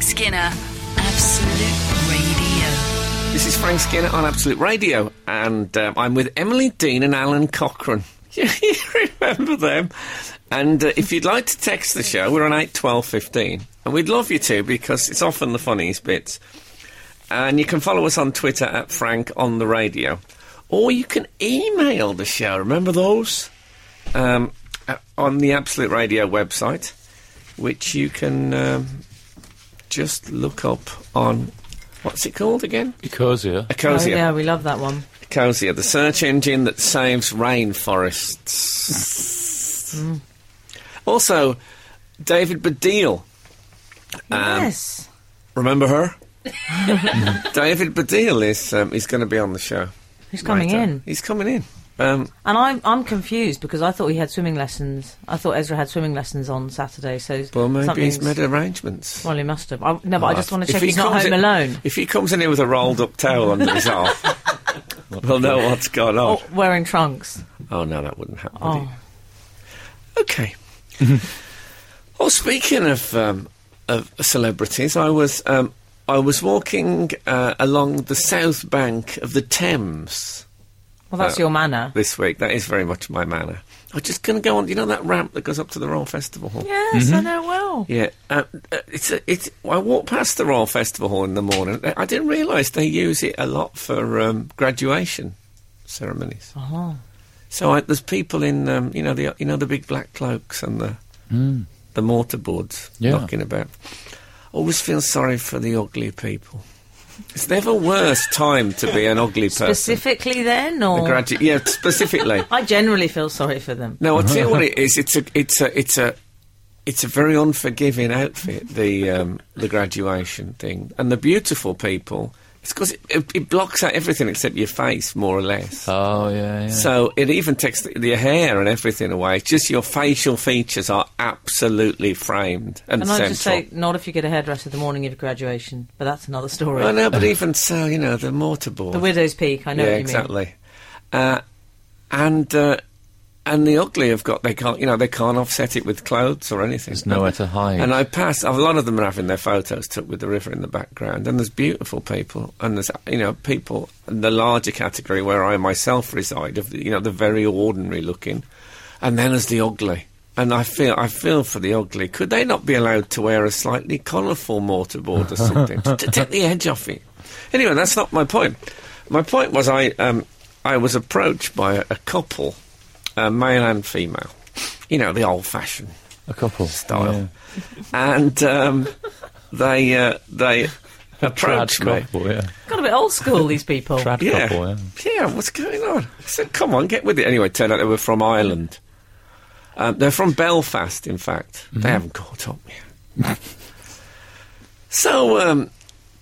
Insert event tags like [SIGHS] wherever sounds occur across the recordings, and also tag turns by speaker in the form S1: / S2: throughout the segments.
S1: Skinner, Absolute Radio.
S2: This is Frank Skinner on Absolute Radio, and um, I'm with Emily Dean and Alan Cochrane. [LAUGHS] you remember them? And uh, if you'd like to text the show, we're on eight twelve fifteen, and we'd love you to because it's often the funniest bits. And you can follow us on Twitter at Frank on the Radio, or you can email the show. Remember those? Um, uh, on the Absolute Radio website, which you can um, just look up on. What's it called again?
S3: Ecosia.
S4: Oh,
S2: Ecosia.
S4: yeah, we love that one.
S2: Ecosia, the search engine that saves rainforests.
S4: Mm.
S2: Also, David Baddiel. Um,
S4: yes.
S2: Remember
S4: [LAUGHS]
S2: her? David Baddiel is um, is going to be on the show.
S4: He's coming
S2: later.
S4: in.
S2: He's coming in. Um,
S4: And I'm, I'm confused because I thought he had swimming lessons. I thought Ezra had swimming lessons on Saturday, so.
S2: well, maybe
S4: something's-
S2: he's made arrangements.
S4: Well, he must have. I, no, but I just want
S2: If
S4: to check
S2: he
S4: he's not
S2: comes
S4: home
S2: in-
S4: alone.
S2: If he comes in here with a rolled up towel under his
S4: [LAUGHS]
S2: arm, we'll know what's going on.
S4: Oh, wearing trunks.
S2: Oh no, that wouldn't happen. would
S4: Oh.
S2: it?
S4: [LAUGHS]
S2: Okay. well, speaking of um, of celebrities, I was um, I was walking uh, along the south bank of the Thames
S4: Well, that's
S2: Oh.
S4: your manner.
S2: this week. That is very much my manner. I'm just going to go on. You know that ramp that goes up to the Royal Festival Hall.
S4: Yes, I know well.
S2: Mm-hmm. Yeah, uh, uh, it's a, it's. I walked past the Royal Festival Hall in the morning. I- I didn't realise they use it a lot for um, graduation ceremonies.
S4: Oh.
S2: So I, there's people in, um, you know, the you know the big black cloaks and the the mortarboards
S3: Yeah.
S2: knocking about. Always feel sorry for the ugly people. It's never worse time to be an ugly person.
S4: Specifically then,
S2: A
S4: or.
S2: gradu- yeah, specifically.
S4: I generally feel sorry for them.
S2: No, I tell you what it is. It's a, it's a, it's a, it's a very unforgiving outfit. The um, the graduation thing and the beautiful people. It's because it, it, it blocks out everything except your face, more or less.
S3: Oh, yeah, yeah.
S2: So it even takes the, the hair and everything away. It's just your facial features are absolutely framed and
S4: And I
S2: central.
S4: just say, not if you get a hairdresser the morning of your graduation, but that's another story.
S2: I know, but even so, you know the mortarboard.
S4: The widow's peak, I know
S2: yeah,
S4: what you mean.
S2: exactly. Uh, and uh, and the ugly have got they can't you know they can't offset it with clothes or anything.
S3: There's nowhere to hide.
S2: And I pass. A lot of them are having their photos took with the river in the background. And there's beautiful people, and there's you know people in the larger category where I myself reside of the, you know the very ordinary looking, and then there's the ugly. And I feel I feel for the ugly. Could they not be allowed to wear a slightly colourful mortarboard or something to to take the edge off it? Anyway, that's not my point. My point was I um, I was approached by a, a couple, uh, male and female. You know the old-fashioned
S3: a couple.
S2: style. And um, they uh, they approached
S3: Trad
S2: me.
S3: couple, yeah.
S4: Got a bit old school, these people.
S3: Trad
S2: Yeah.
S3: couple, yeah.
S2: yeah, what's going on? I said, come on, get with it. Anyway, it turned out they were from Ireland. Um, they're from Belfast, in fact.
S3: Mm-hmm.
S2: They haven't caught up yet. [LAUGHS] so um,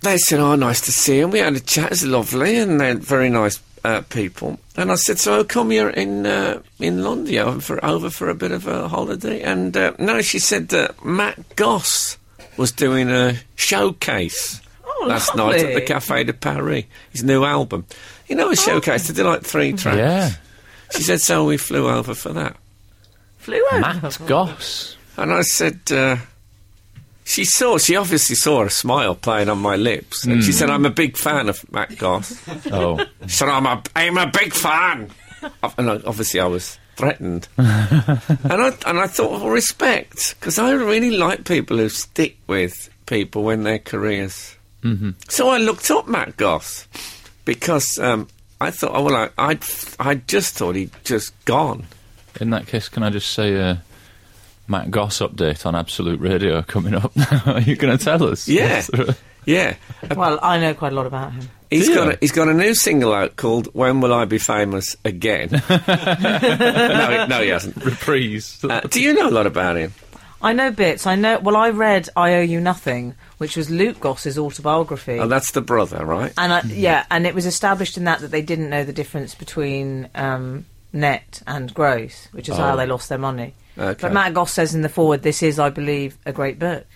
S2: they said, oh, nice to see you. And we had a chat. It's lovely, and they're very nice uh, people. And I said, so how come you're in uh, in London You're over for, over for a bit of a holiday? And uh, no, she said that Matt Goss was doing a showcase
S4: Oh,
S2: last night at the
S4: lovely.
S2: Cafe de Paris, his new album. You know, a showcase. They did like three tracks.
S3: Yeah.
S2: She said, so we flew over for that.
S4: Flew over.
S3: Matt Goss.
S2: And I said, uh, she saw, she obviously saw a smile playing on my lips. And she said, I'm a big fan of Matt Goss.
S3: Oh.
S2: She said, I'm a, I'm a big fan. Ob- and I, obviously I was threatened. and, I, and I thought, well, respect, because I really like people who stick with people when their careers. Mm-hmm. So I looked up Matt Goss because um, I thought, oh, well, I, I'd, I just thought he'd just gone.
S3: In that case, can I just say uh, Matt Goss update on Absolute Radio coming up? [LAUGHS] Are you going to tell us?
S2: Yeah. Yeah.
S4: Well, I know quite a lot about him.
S2: He's
S3: Do
S2: got
S3: you?
S2: a, he's got a new single out called "When Will I Be Famous Again." no, he- no, he hasn't.
S3: [LAUGHS] Reprise.
S2: Uh, do you know a lot about him?
S4: I know bits. I know. Well, I read "I Owe You Nothing," which was Luke Goss's autobiography.
S2: Oh, that's the brother, right?
S4: and I, yeah, and it was established in that that they didn't know the difference between um, net and gross, which is how they lost their money.
S2: Okay.
S4: But Matt Goss says in the foreword, "This is, I believe, a great book."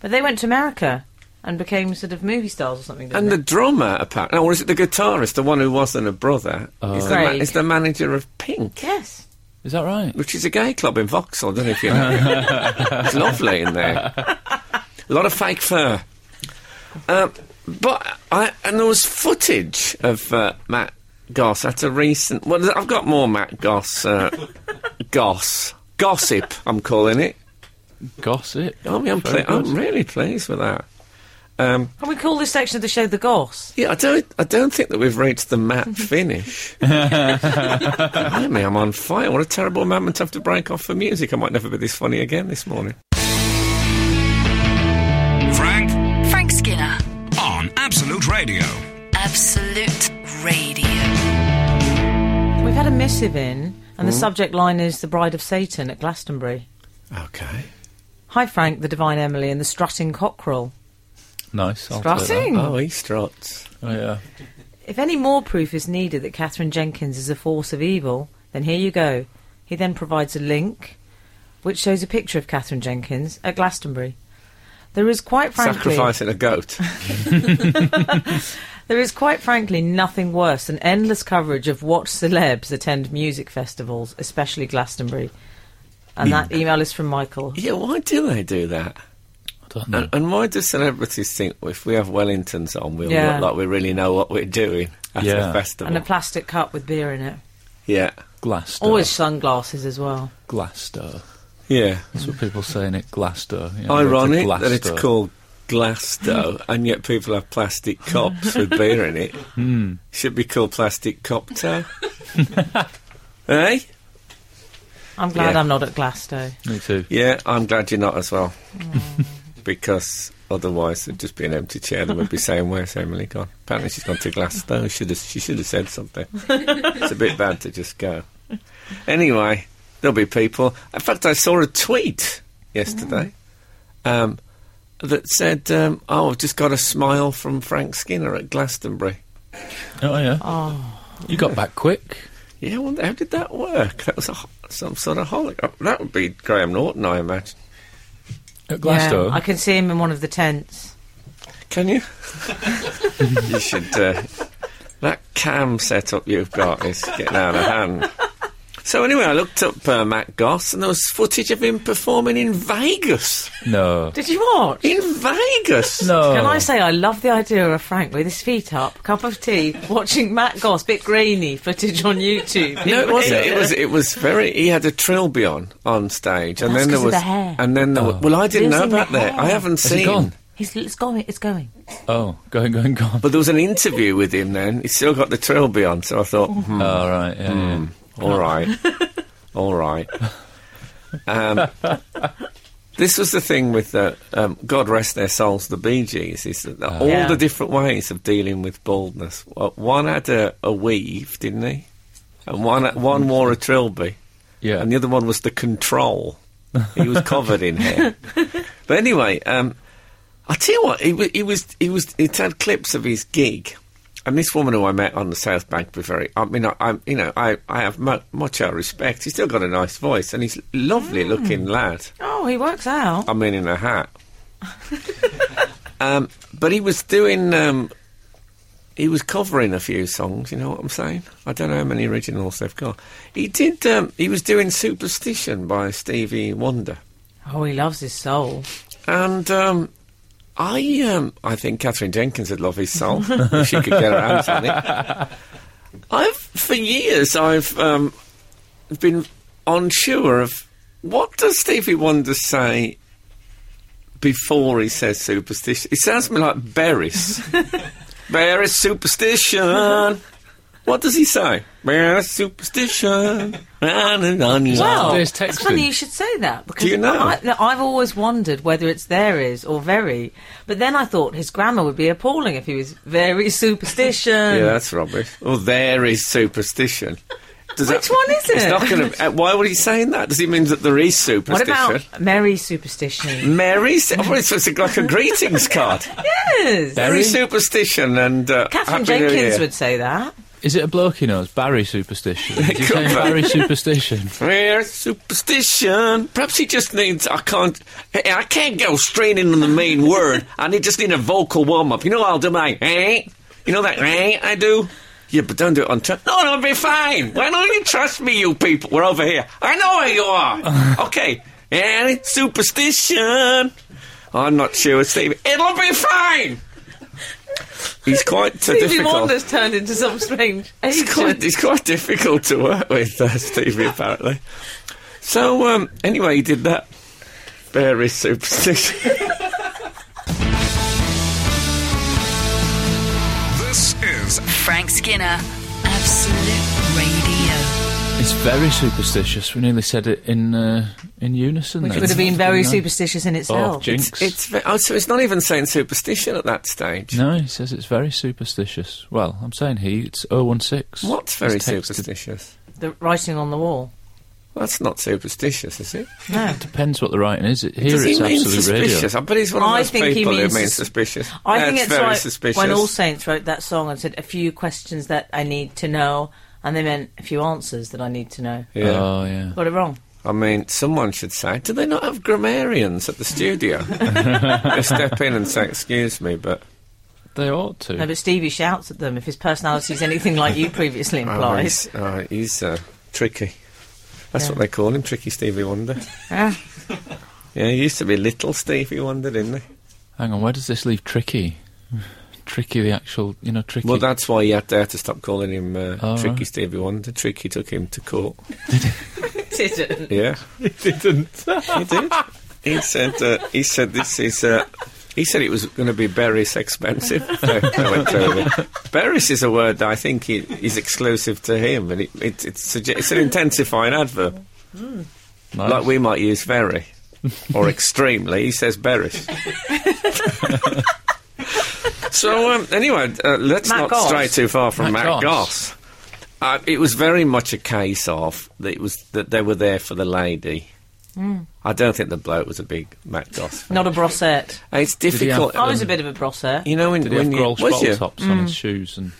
S4: But they went to America and became sort of movie stars or something. didn't
S2: And the
S4: they?
S2: drummer, apparently, or is it the guitarist, the one who wasn't a brother?
S3: Uh,
S2: Is, the
S4: Craig.
S2: is the manager of Pink,
S4: yes,
S3: Is that right?
S2: which is a gay club in
S3: [LAUGHS]
S2: Vauxhall. I don't know if you know. it's lovely in there. A lot of fake fur. Um, but I and there was footage of uh, Matt Goss at a recent. Well, I've got more Matt Goss.
S3: [LAUGHS]
S2: Uh, Goss gossip. I'm calling it.
S3: Gossip.
S2: I mean, I'm,
S3: Very
S2: pla- I'm
S3: good.
S2: really pleased with that. Um,
S4: Can we call this section of the show the Goss?
S2: yeah, I don't. I don't think that we've reached the [LAUGHS] Matt finish. I mean, I'm on fire. What a terrible moment to have to break off for music. I might never be this funny again this morning.
S5: Frank
S1: Frank Skinner.
S5: on Absolute Radio.
S1: Absolute Radio.
S4: We've had a missive in, and the subject line is "The Bride of Satan" at Glastonbury.
S2: Okay.
S4: Hi, Frank, the Divine Emily, and the Strutting Cockerel.
S3: Nice. I'll take that.
S4: Strutting.
S2: Oh, he struts.
S3: Oh, yeah.
S4: If any more proof is needed that Catherine Jenkins is a force of evil, then here you go. He then provides a link which shows a picture of Catherine Jenkins at Glastonbury. There is quite frankly
S2: Sacrificing a [LAUGHS] goat.
S4: there is quite frankly nothing worse than endless coverage of what celebs attend music festivals, especially Glastonbury. And that email is from Michael.
S2: yeah, why do they do that?
S3: I don't know.
S2: And, and why do celebrities think if we have Wellingtons on, we'll
S4: Yeah.
S2: look like we really know what we're doing at
S3: Yeah.
S2: the
S4: And
S2: festival?
S4: a plastic cup with beer in it.
S2: yeah,
S3: Glassdoor.
S4: Always sunglasses as well.
S3: Glassdoor.
S2: yeah.
S3: That's what people say in it. Glassdoor. Yeah,
S2: Ironic
S3: go to
S2: that it's
S3: Glassdoor.
S2: called Glasto, and yet people have plastic cups with beer in it. Should be called plastic copter. [LAUGHS] eh?
S4: I'm glad
S2: Yeah.
S4: I'm not at Glasto.
S3: Me too.
S2: Yeah, I'm glad you're not as well, because otherwise it'd just be an empty chair. They would be saying, "Where's Emily gone?" Apparently she's gone to Glasgow. Should have, she should have said something. it's a bit bad to just go. Anyway, there'll be people. In fact, I saw a tweet yesterday um, that said, um, "Oh, I've just got a smile from Frank Skinner at Glastonbury."
S3: Oh, yeah.
S4: Oh,
S3: You got back quick.
S2: Yeah, well, how did that work? That was a, ho- some sort of holiday. Oh, That would be Graham Norton, I imagine.
S3: At Glassdoor.
S4: Yeah, I can see him in one of the tents.
S2: Can you? [LAUGHS] you should. Uh, that cam setup you've got is getting out of hand. So anyway, I looked up uh, Matt Goss, and there was footage of him performing in Vegas. [LAUGHS]
S3: No.
S4: Did you watch?
S2: In Vegas.
S3: No.
S4: Can I say I love the idea of Frank with his feet up, cup of tea, watching Matt Goss, bit grainy footage on YouTube.
S2: No, it wasn't. It was. It was very. He had a trilby on on stage, and
S4: That's
S2: then there
S4: 'cause of
S2: was.
S4: the hair.
S2: And then there was. Well, I didn't know
S4: Losing the
S2: about that.
S4: hair.
S2: I haven't
S3: Oh. Has he
S2: seen.
S3: gone?
S4: He's, it's going. It's going.
S3: Oh, going, going, gone.
S2: But there was an interview with him. Then he's still got the trilby on, so I thought, hmm,
S3: Oh, right. Yeah, yeah.
S2: All right. All right. Um, this was the thing with the, um, God rest their souls, the Bee Gees, is that the- all
S4: Yeah.
S2: the different ways of dealing with baldness. Well, One had a, a weave, didn't he? And one, one wore a trilby.
S3: Yeah.
S2: And the other one was the control. He was covered in hair. But anyway, um, I tell you what, he, wa- he was he was it had clips of his gig, and this woman who I met on the South Bank Bavaria. I mean, I, I you know I I have mu- much our respect. He's still got a nice voice, and he's lovely looking lad.
S4: Oh, he works out.
S2: I mean, in a hat. um, but he was doing. Um, he was covering a few songs. You know what I'm saying? I don't know how many originals they've got. He did. Um, he was doing "Superstition" by Stevie Wonder,
S4: Oh, he loves his soul.
S2: and um, I, um, I think Catherine Jenkins would love his soul if she could get her hands on it. I've for years I've um, been unsure of what does Stevie Wonder say before he says superstition. It sounds to me like Berries. Berries superstition. What does he say? Berries superstition.
S4: Well,
S3: there's
S4: it's
S3: texting.
S4: funny you should say that because
S2: Do you know?
S4: I, no, I've always wondered whether it's there is or very. But then I thought his grammar would be appalling if he was very superstition. [LAUGHS]
S2: Yeah, that's rubbish. Well, there is superstition. Does
S4: Which one is
S2: It's
S4: it?
S2: not going to. Why would he saying that? Does he mean that there is
S4: What
S2: superstition?
S4: about merry superstition?
S2: Mary? I thought it was like a greetings card.
S4: Yes.
S2: Mary superstition and uh,
S4: Catherine
S2: Happy New
S4: Jenkins
S2: Year.
S4: would say that.
S3: Is it a bloke he knows?
S2: [LAUGHS]
S3: Barry Superstition. Is he
S2: Could
S3: saying
S2: be.
S3: Barry Superstition?
S2: There's superstition. Perhaps he just needs. I can't. I I can't go straight into the main [LAUGHS] word. I need just need a vocal warm up. You know, I'll do my. Eh? You know that eh? I do. Yeah, but don't do it on. Tr- no, it'll be fine. Why don't you trust me, you people? We're over here. I know where you are. okay. Eh? And superstition. I'm not sure, Steve. It'll be fine. He's quite uh,
S4: Stevie
S2: difficult.
S4: Wonder's turned into
S2: [LAUGHS]
S4: some strange
S2: He's quite,
S4: agent.
S2: he's quite difficult to work with, uh, Stevie, apparently. So, um, anyway, he did that. Very superstitious.
S5: This is
S1: Frank Skinner, Absolute Radio.
S3: It's very superstitious. We nearly said it in uh, in unison.
S4: Which
S3: there.
S4: would have been very
S3: Nice.
S4: superstitious in
S3: Oh,
S4: itself.
S2: [LAUGHS]
S3: jinx!
S2: it's, ve- oh, so it's not even saying superstition at that stage.
S3: no, he says it's very superstitious. Well, I'm saying he. It's 016.
S2: What's very
S3: It's texted-
S2: superstitious?
S4: the writing on the wall.
S2: That's not superstitious, is it?
S4: No.
S3: Depends what the writing is. It, here
S2: Does
S3: it's
S2: he mean
S3: absolute radio.
S2: suspicious? I bet he's one of
S4: I
S2: those
S4: think he
S2: people
S4: means
S2: who means
S4: sus-
S2: suspicious.
S4: I think
S2: That's
S4: it's
S2: very
S4: like
S2: suspicious.
S4: when All Saints wrote that song and said, a few questions that I need to know, and they meant a few answers that I need to know.
S2: yeah.
S3: Oh yeah.
S4: Got it wrong.
S2: Uh, I mean, someone should say, do they not have grammarians at the studio? [LAUGHS] they step in and say, excuse me, but
S3: They ought to.
S4: No, but Stevie shouts at them if his personality is anything like you
S2: [LAUGHS]
S4: previously
S2: oh,
S4: implied.
S2: he's, oh, he's uh, tricky. That's
S4: Yeah.
S2: what they call him, Tricky Stevie Wonder.
S4: Ah.
S2: Yeah, he used to be Little Stevie Wonder, didn't he?
S3: Hang on, where does this leave Tricky? [SIGHS] Tricky, the actual, you know, Tricky.
S2: Well, that's why he had to, had to stop calling him uh,
S3: Oh,
S2: Tricky
S3: right.
S2: Stevie Wonder. Tricky took him to court.
S4: Didn't.
S2: Yeah,
S3: he didn't.
S2: he did. He said, uh, he said this is... Uh, he said it was going to be Berris expensive. [LAUGHS] So I went to him. Berris is a word that I think i- is exclusive to him, and it, it, it's, sugge- it's an intensifying adverb. Like we might use very or extremely. He says
S4: [LAUGHS]
S2: berries. so um, anyway, uh, let's
S4: Matt
S2: not
S4: Goss.
S2: stray too far from
S3: Matt
S2: Matt,
S3: Goss.
S2: Goss. Uh, it was very much a case of that it was that they were there for the lady.
S3: Hmm.
S2: I don't think the bloke was a big Matt Goss.
S3: [LAUGHS]
S2: Fan.
S4: [LAUGHS] Not
S2: [LAUGHS]
S4: a brossette.
S2: It's
S3: he have-
S2: difficult. Um,
S4: I was a bit of a brossette.
S2: You know when,
S3: Did he have
S2: when you
S3: Grolsch
S2: was you?
S3: bottle tops on his shoes? And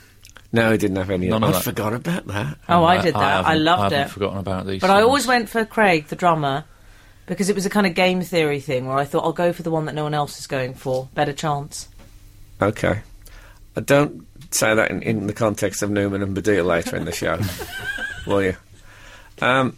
S2: No, he didn't have any.
S3: None
S2: I
S3: of that.
S2: forgot about that.
S4: Oh, I did that. I,
S3: haven't-
S4: loved
S3: I
S4: it.
S3: haven't forgotten about these.
S4: But I
S3: things. [LAUGHS]
S4: always went for Craig, the drummer, because it was a kind of game theory thing where I thought I'll go for the one that no one else is going for. Better chance.
S3: Oh.
S2: Okay. I don't say that in, in the context of Newman and Badil later in the
S3: [LAUGHS]
S2: show, will you? Um,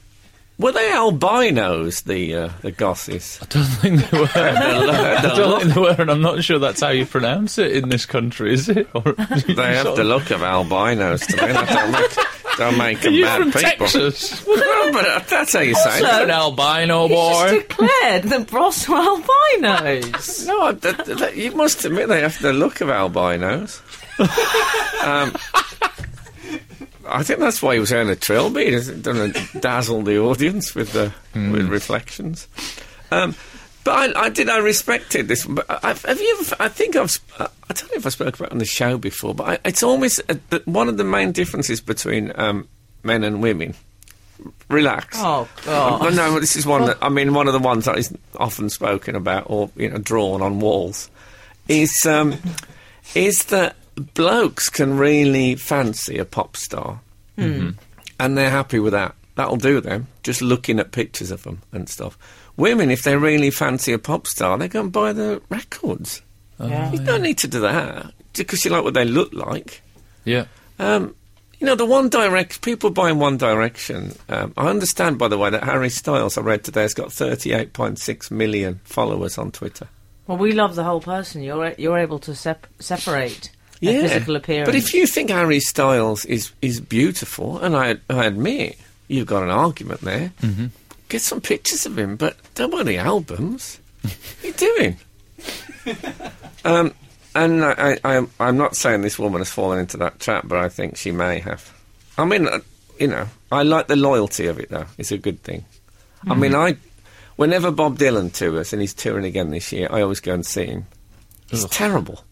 S2: were they albinos, the uh, the gosses?
S3: [LAUGHS] I don't think they were. I don't think they were, and I'm not sure that's how you pronounce it in this country, is it? [LAUGHS] Or
S2: They have the look of albinos to me. That don't make, don't make them
S3: You're
S2: bad
S3: from
S2: people.
S3: [LAUGHS] Texas.
S2: [LAUGHS] Well, but that's how you say
S4: Also-
S2: it.
S3: an albino
S4: He's
S3: boy.
S4: just declared the [LAUGHS] Bross were
S2: [LAUGHS]
S4: albinos.
S2: No, I- that, that- you must admit they have the look of albinos. um, I think that's why he was wearing a trilby. He doesn't dazzle the audience with the with reflections. Um, but I, I did. I respected this. But I, I've- have you? Ever, I think I've. sp- I I don't know if I spoke about it on the show before, but I, it's always uh the, one of the main differences between um, men and women. Relax.
S4: Oh,
S2: Well,
S4: God.
S2: no, this is one that I mean, one of the ones that is often spoken about or you know drawn on walls is um, is that blokes can really fancy a pop star,
S4: Hmm.
S2: and they're happy with that. That'll do them. Just looking at pictures of them and stuff. Women, if they really fancy a pop star, they go and buy the records.
S4: Oh, Yeah.
S2: You don't need to do that because you like what they look like.
S3: Yeah.
S2: Um, you know, the One Direct people buying One Direction. Um, I understand, by the way, that Harry Styles, I read today, has got 38.6 million followers on Twitter.
S4: Well, we love the whole person. You're you're able to sep- separate their physical appearance.
S2: But if you think Harry Styles is is beautiful, and I I admit you've got an argument there, mm-hmm. get some pictures of him, but don't buy the albums. what are you doing? um, and I, I, I, I'm not saying this woman has fallen into that trap, but I think she may have. I mean, uh, you know, I like the loyalty of it, though. It's a good thing. I mean, I. Whenever Bob Dylan tours, and he's touring again this year, I always go and see him. He's
S3: Ugh.
S2: terrible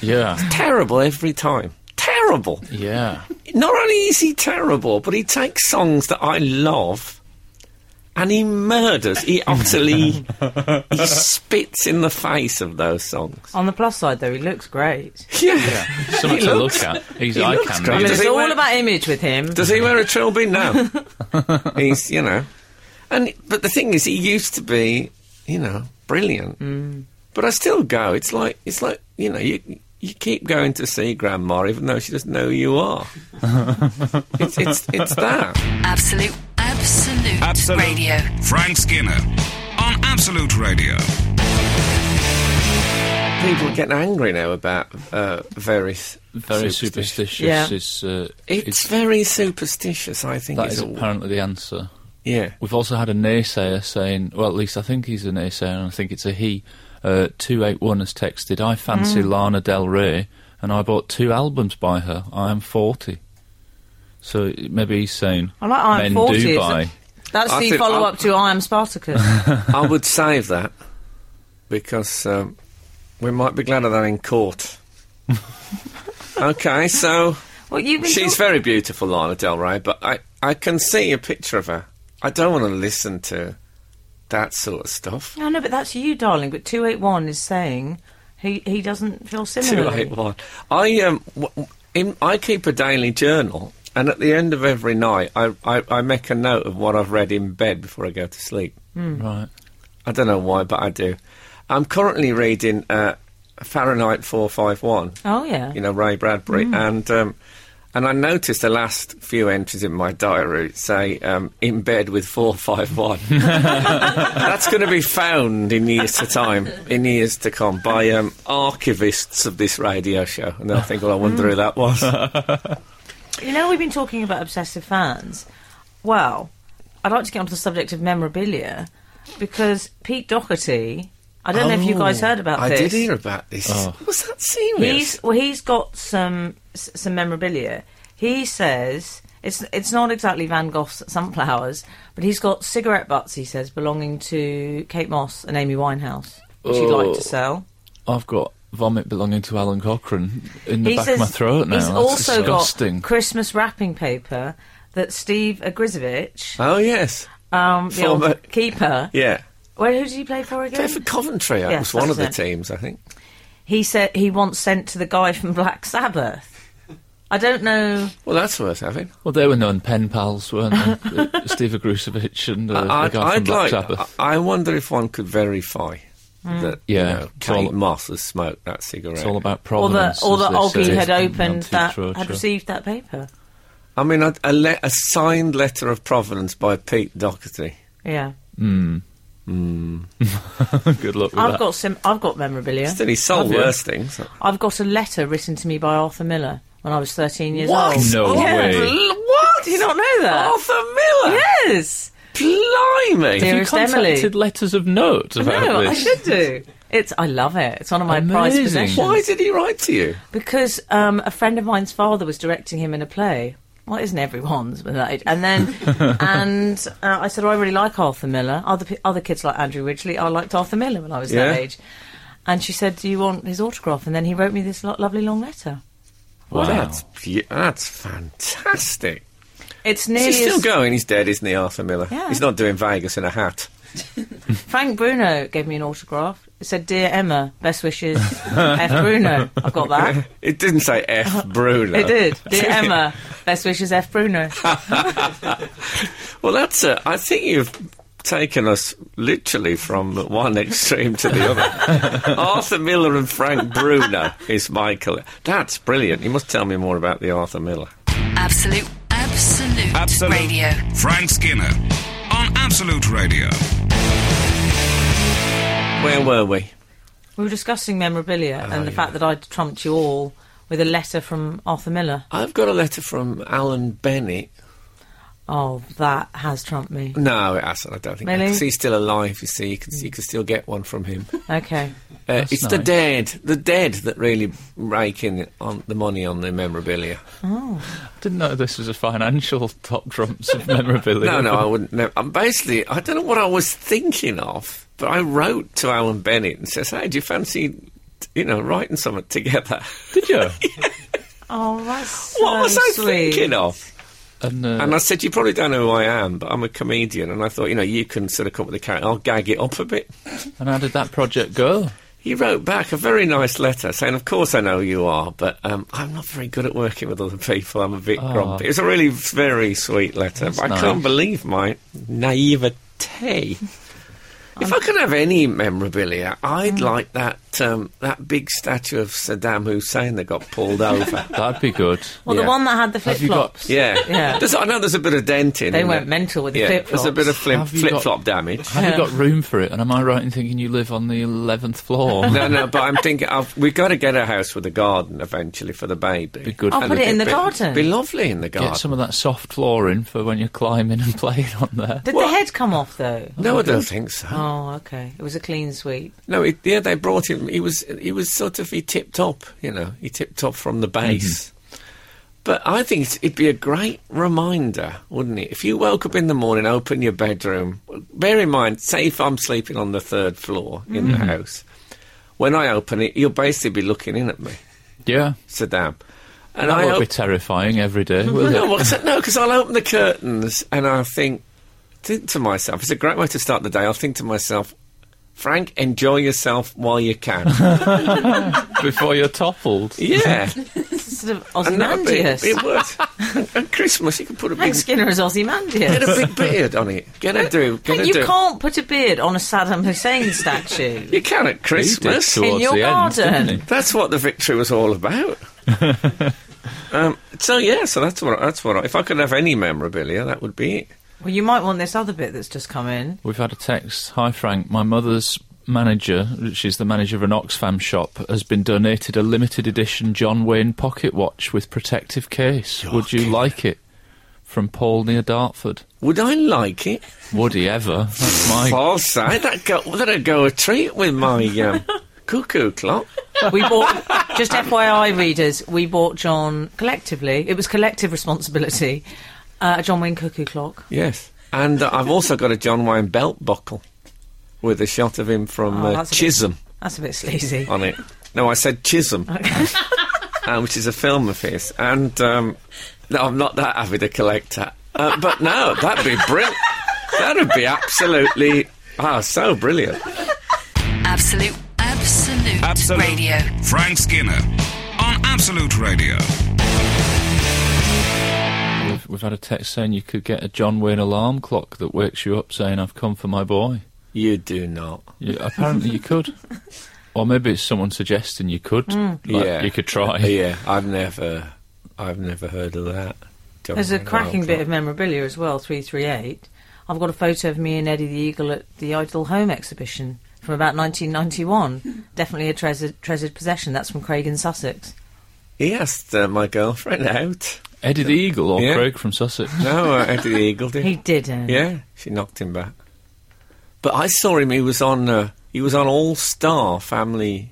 S3: Yeah.
S2: terrible every time. Terrible.
S3: Yeah.
S2: Not only is he terrible, but he takes songs that I love and he murders. He utterly he spits in the face of those songs.
S4: On the plus side, though, he looks great.
S2: Yeah.
S3: Something
S2: He
S3: to
S2: looks-
S3: look at. He's
S2: he
S3: eye
S2: looks
S3: candy.
S2: great.
S4: I mean,
S2: Does
S4: it's
S2: he
S4: all
S2: wear-
S4: about image with him.
S2: Does he wear a trilby? No. He's you know, and but the thing is, he used to be you know brilliant. But I still go. It's like it's like you know you. You keep going to see Grandma, even though she doesn't know who you are. it's, it's, it's that.
S1: Absolute, Absolute,
S5: Absolute.
S1: Radio.
S5: Frank Skinner on Absolute Radio.
S2: people are getting angry now about uh, various
S3: Very
S2: superstitions.
S3: superstitious
S4: Yeah.
S3: is. Uh,
S2: It's very superstitious, I think.
S3: that
S2: is
S3: is
S2: all.
S3: apparently the answer.
S2: Yeah.
S3: We've also had a naysayer saying, well, at least I think he's a naysayer, and I think it's a he. Uh, 281 has texted, I fancy
S4: Mm.
S3: Lana Del Rey, and I bought two albums by her. I am 40. So i- maybe he's saying,
S4: I like I'm
S3: men
S4: 40,
S3: do
S4: it's
S3: buy.
S4: That's
S2: I
S4: the
S2: think
S4: follow
S2: I'll-
S4: up to I Am
S2: [LAUGHS]
S4: Spartacus.
S2: I would save that because um, we might be glad of that in court. okay, so
S4: well, you've been
S2: she's
S4: talk-
S2: very beautiful, Lana Del Rey, but I, I can see a picture of her. I don't want to listen to that sort of stuff.
S4: No, no, but that's you, darling. But 281 is saying he, he doesn't feel
S2: [LAUGHS] Two
S4: similarly.
S2: eight one. I um, w- w- in, I keep a daily journal, and at the end of every night, I, I, I make a note of what I've read in bed before I go to sleep.
S4: Hmm.
S3: Right.
S2: I don't know why, but I do. I'm currently reading uh, Fahrenheit 451.
S4: Oh, yeah.
S2: you know Ray Bradbury,
S4: Mm.
S2: and um, and I noticed the last few entries in my diary say um, in bed with four five
S4: [LAUGHS]
S2: one. That's going to be found in years to time, in years to come, by um, archivists of this radio show, and they'll think, "Well, I wonder who that
S4: [LAUGHS]
S2: was."
S4: You know, we've been talking about obsessive fans. Well, I'd like to get onto the subject of memorabilia because Pete Doherty. I don't know if you guys heard about
S2: Oh, I
S4: this. Oh.
S2: did hear about this. Was that serious?
S4: He's well, he's got some s- some memorabilia. He says it's it's not exactly Van Gogh's sunflowers, but he's got cigarette butts. He says belonging to Kate Moss and Amy Winehouse, which he'd like
S3: Oh.
S4: to sell.
S3: I've got vomit belonging to Alan Cochrane in the
S4: he
S3: back
S4: says
S3: of my throat now.
S4: He's
S3: That's
S4: also
S3: disgusting.
S4: got Christmas wrapping paper that Steve Agrizovich,
S2: oh yes,
S4: um, the old
S2: former-
S4: keeper.
S2: yeah.
S4: Where who did he play for again?
S2: Play for Coventry. That
S4: Yes,
S2: was one of the
S4: that's it.
S2: teams, I think.
S4: he said he once sent to the guy from Black Sabbath. I don't know.
S2: Well, that's worth having.
S3: Well, they were known pen pals, weren't
S4: [LAUGHS]
S3: they? Uh, Steve Agusovich and uh, the
S2: I'd,
S3: guy from
S2: I'd like.
S3: Black
S2: uh,
S3: Sabbath.
S2: I I wonder if one could verify
S4: Mm.
S2: that
S3: Yeah,
S2: you know,
S3: it's
S2: Kate
S3: all-
S2: Moss has smoked that cigarette.
S3: It's all about
S4: Or the
S3: provenance.
S4: or the
S3: as they
S4: Oggy
S3: say
S4: had
S3: on
S4: opened
S3: Antiques
S4: that had
S3: Roadshow.
S4: received that paper.
S2: I mean, a, a, le- a signed letter of provenance by Pete Doherty.
S4: Yeah,
S3: [LAUGHS] Good luck with
S4: I've
S3: that.
S4: got some. I've got memorabilia.
S2: Still, he sold
S3: Have you?
S2: worse things.
S4: I've got a letter written to me by Arthur Miller when I was thirteen years
S2: What?
S4: old.
S3: No
S4: yeah.
S3: way.
S4: What? Did you not know that?
S2: Arthur Oh, Miller.
S4: Yes.
S2: Blimey.
S4: Dear-
S3: Have you
S4: Dearest Emily.
S3: contacted letters of note about
S4: No,
S3: this?
S4: Oh, I should do. It's. I love it. It's one of my prized
S3: Amazing.
S4: possessions.
S2: Why did he write to you?
S4: Because um, a friend of mine's father was directing him in a play. Well, it isn't everyone's, but that and
S2: [LAUGHS]
S4: then and uh, I said, oh, I really like Arthur Miller. Other pe- other kids like Andrew Ridgely. I liked Arthur Miller when I was
S2: Yeah.
S4: that age. And she said, Do you want his autograph? And then he wrote me this lo- lovely long letter.
S3: Wow.
S2: That's be- that's fantastic.
S4: It's
S2: Is
S4: nearly
S2: he still
S4: as
S2: going? He's dead, isn't he, Arthur Miller?
S4: Yeah.
S2: He's not doing Vegas in a hat.
S4: Frank Bruno gave me an autograph. It said, Dear Emma, best wishes, F Bruno. I've got that.
S2: [LAUGHS] It didn't say
S4: [LAUGHS]
S2: F. Bruno.
S4: Ah. It did. Dear Emma, best wishes, F Bruno.
S2: Well, that's. Uh, I think you've taken us literally from one extreme to the other. Arthur Miller and Frank Bruno is Michael. That's brilliant. You must tell me more about the Arthur Miller.
S1: Absolute, absolute,
S5: Absolute.
S1: radio.
S5: Frank Skinner on Absolute Radio.
S2: Where were we?
S4: We were discussing memorabilia
S2: Oh,
S4: and the fact that I'd trumped you all with a letter from Arthur Miller.
S2: I've got a letter from Alan Bennett.
S4: Oh, that has trumped me.
S2: No, it hasn't. I don't think.
S4: Really?
S2: Because he's still alive. You see, you can you can still get one from him.
S4: Okay.
S2: Uh,
S3: That's
S2: it's the
S3: nice.
S2: dead, the dead that really rake in on the money on the memorabilia.
S3: Didn't know this was a financial [LAUGHS] top trumps of memorabilia.
S2: No, no, I wouldn't. Know. I'm basically, I don't know what I was thinking of, but I wrote to Alan Bennett and says, "Hey, do you fancy, you know, writing something together?" [LAUGHS]
S3: Did you?
S4: Oh, that's
S2: what was
S4: so
S2: I
S4: sweet.
S2: thinking of?
S3: And, uh,
S2: And I said, "You probably don't know who I am, but I'm a comedian." And I thought, you know, you can sort of come up with a character. I'll gag it up a bit.
S3: and how did that project go?
S2: He wrote back a very nice letter saying, "Of course I know who you are, but um, I'm not very good at working with other people. I'm a bit grumpy." It was a really very sweet letter.
S3: Ah. That's
S2: I
S3: nice.
S2: can't believe my
S3: Mm.
S2: naivete. if I could have any memorabilia, I'd like that that um, that big statue of Saddam Hussein that got pulled
S3: [LAUGHS]
S2: over.
S3: That'd be good.
S4: Well, the
S2: Yeah.
S4: one that had the flip
S3: Have you got-
S4: flops.
S2: yeah,
S4: Yeah.
S2: There's, I know there's a bit of dent in.
S4: They
S2: isn't
S4: went
S2: there?
S4: mental with the
S2: Mm. yeah,
S4: flip-flops.
S2: there's a bit of flip
S3: Have you
S2: flip
S3: got-
S2: flop damage.
S3: Have you got room for it? And am I right in thinking you live on the eleventh floor?
S2: No, no, but I'm thinking I've, we've got to get a house with a garden eventually for the baby.
S3: Be good.
S4: I'll
S2: And
S4: put it in the
S2: be-
S4: garden.
S2: Be lovely in the garden.
S3: Get some of that soft flooring for when you're climbing and [LAUGHS] playing on there.
S4: Did
S2: What?
S4: the head come off though?
S2: no, I don't think so.
S3: Ah.
S4: Oh, okay. It was a clean sweep.
S2: No, it, yeah, they brought him. He was he was sort of he tipped up, you know, he tipped up from the
S3: Mm-hmm.
S2: base. But I think it's- it'd be a great reminder, wouldn't it? If you woke up in the morning, open your bedroom. Bear in mind, say if I'm sleeping on the third floor in
S3: Mm-hmm.
S2: the house, when I open it, you'll basically be looking in at me,
S3: Yeah,
S2: Saddam. And
S3: that
S2: I
S3: would be
S2: op-
S3: terrifying
S2: [LAUGHS]
S3: every day, would
S2: no,
S3: it?
S2: what's it? No, because I'll open the curtains and I'll think, think to myself, it's a great way to start the day. I'll think to myself, Frank, enjoy yourself while you can.
S3: [LAUGHS] Before you're toppled. [LAUGHS]
S2: yeah.
S4: It's sort of
S2: And that'd be-
S4: Ozymandias.
S2: it would. and Christmas, you can put a big,
S4: Hank Skinner is
S2: get
S4: Ozymandias.
S2: a big beard on it. Get a do. Get
S4: Hank,
S2: a
S4: you
S2: do.
S4: can't put a beard on a Saddam Hussein statue.
S2: You can at
S3: He did
S2: Christmas.
S3: towards
S4: your
S3: the end,
S4: garden.
S3: didn't he?
S2: That's what the victory was all
S3: [LAUGHS]
S2: about. um, so yeah, so that's what that's what. I, if I could have any memorabilia, that would be it.
S4: Well, you might want this other bit that's just come in.
S3: We've had a text. Hi, Frank. My mother's manager, she's the manager of an Oxfam shop, has been donated a limited edition John Wayne pocket watch with protective case. Would you like it? From Paul near Dartford.
S2: Would I like it?
S3: Would he ever?
S4: [LAUGHS]
S3: That's my.
S2: False. I that go that'd go a treat with my
S4: [LAUGHS]
S2: um, cuckoo clock.
S4: We bought, just FYI readers, we bought John collectively, it was collective responsibility, uh, a John Wayne cuckoo clock.
S2: Yes, and uh, I've also got a John Wayne belt buckle with a shot of him from
S4: Oh,
S2: uh,
S4: that's a bit-
S2: Chisholm.
S4: That's a bit sleazy.
S2: on it. No, I said Chisholm, [LAUGHS] uh, which is a film of his. And um, no, I'm not that avid a collector. Uh, but no, that'd be brilliant. That'd be absolutely ah so brilliant.
S1: Absolute, absolute,
S5: Absolute.
S1: radio.
S5: Frank Skinner on Absolute Radio.
S3: We've, we've had a text saying you could get a John Wayne alarm clock that wakes you up saying, I've come for my boy.
S2: You do not.
S3: You, apparently you
S4: [LAUGHS]
S3: could. Or maybe it's someone suggesting you could.
S4: Hmm.
S3: Like,
S2: yeah,
S3: You could try.
S2: Yeah, I've never, I've never heard of that. John
S4: There's a
S2: Wayne Oh,
S4: cracking
S2: Wildcat.
S4: bit of memorabilia as well, 338. I've got a photo of me and Eddie the Eagle at the Idle Home exhibition from about 1991. Definitely a treasured, treasured possession. That's from Craig in Sussex.
S2: He asked uh, my girlfriend out.
S3: Eddie the Eagle or
S2: Yeah.
S3: Craig from Sussex.
S2: No, uh, Eddie the Eagle did.
S4: [LAUGHS] He didn't.
S2: Yeah, she knocked him back. But I saw him. He was on. Uh, he was on All Star Family.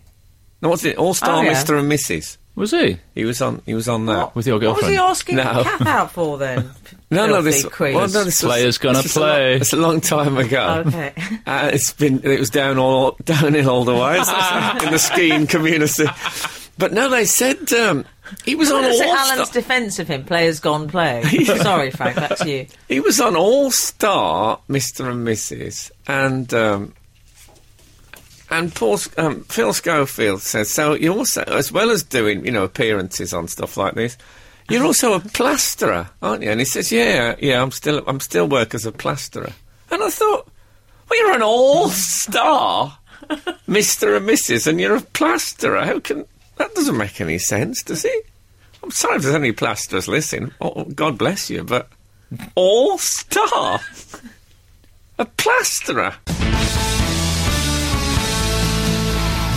S2: No, what's it? All Star
S4: Oh, yeah.
S2: Mister and Mrs.
S3: Was he?
S2: He was on. He was on that.
S3: With your
S4: What was
S3: girlfriend?
S4: he asking
S2: No.
S4: the cat out for then?
S2: [LAUGHS] No, no, this.
S4: Filthy queen.
S2: well, no, this was-
S3: Player's gonna
S2: this was a lo-
S3: play.
S2: It's a long time ago. [LAUGHS]
S4: Okay.
S2: Uh, it's been. It was down all downhill all the way so
S4: [LAUGHS]
S2: it's in the skiing community. But no, they said um, he was on
S4: What
S2: All
S4: is it Alan's
S2: Star.
S4: defence of him? Players
S2: [LAUGHS]
S4: gone play. Sorry, Frank, that's you.
S2: He was on All Star, Mister and Mrs. And um, and Paul, S- um, Phil Schofield says so. You also, as well as doing you know appearances on stuff like this, you're also a plasterer, aren't you? And he says, yeah, yeah, I'm still I'm still work as a plasterer. And I thought, well, you're an All Star, Mister and Mrs. And you're a plasterer. How can that doesn't make any sense, does it? I'm sorry if there's any plasterers listening. Oh, God bless you, but all star. A plasterer.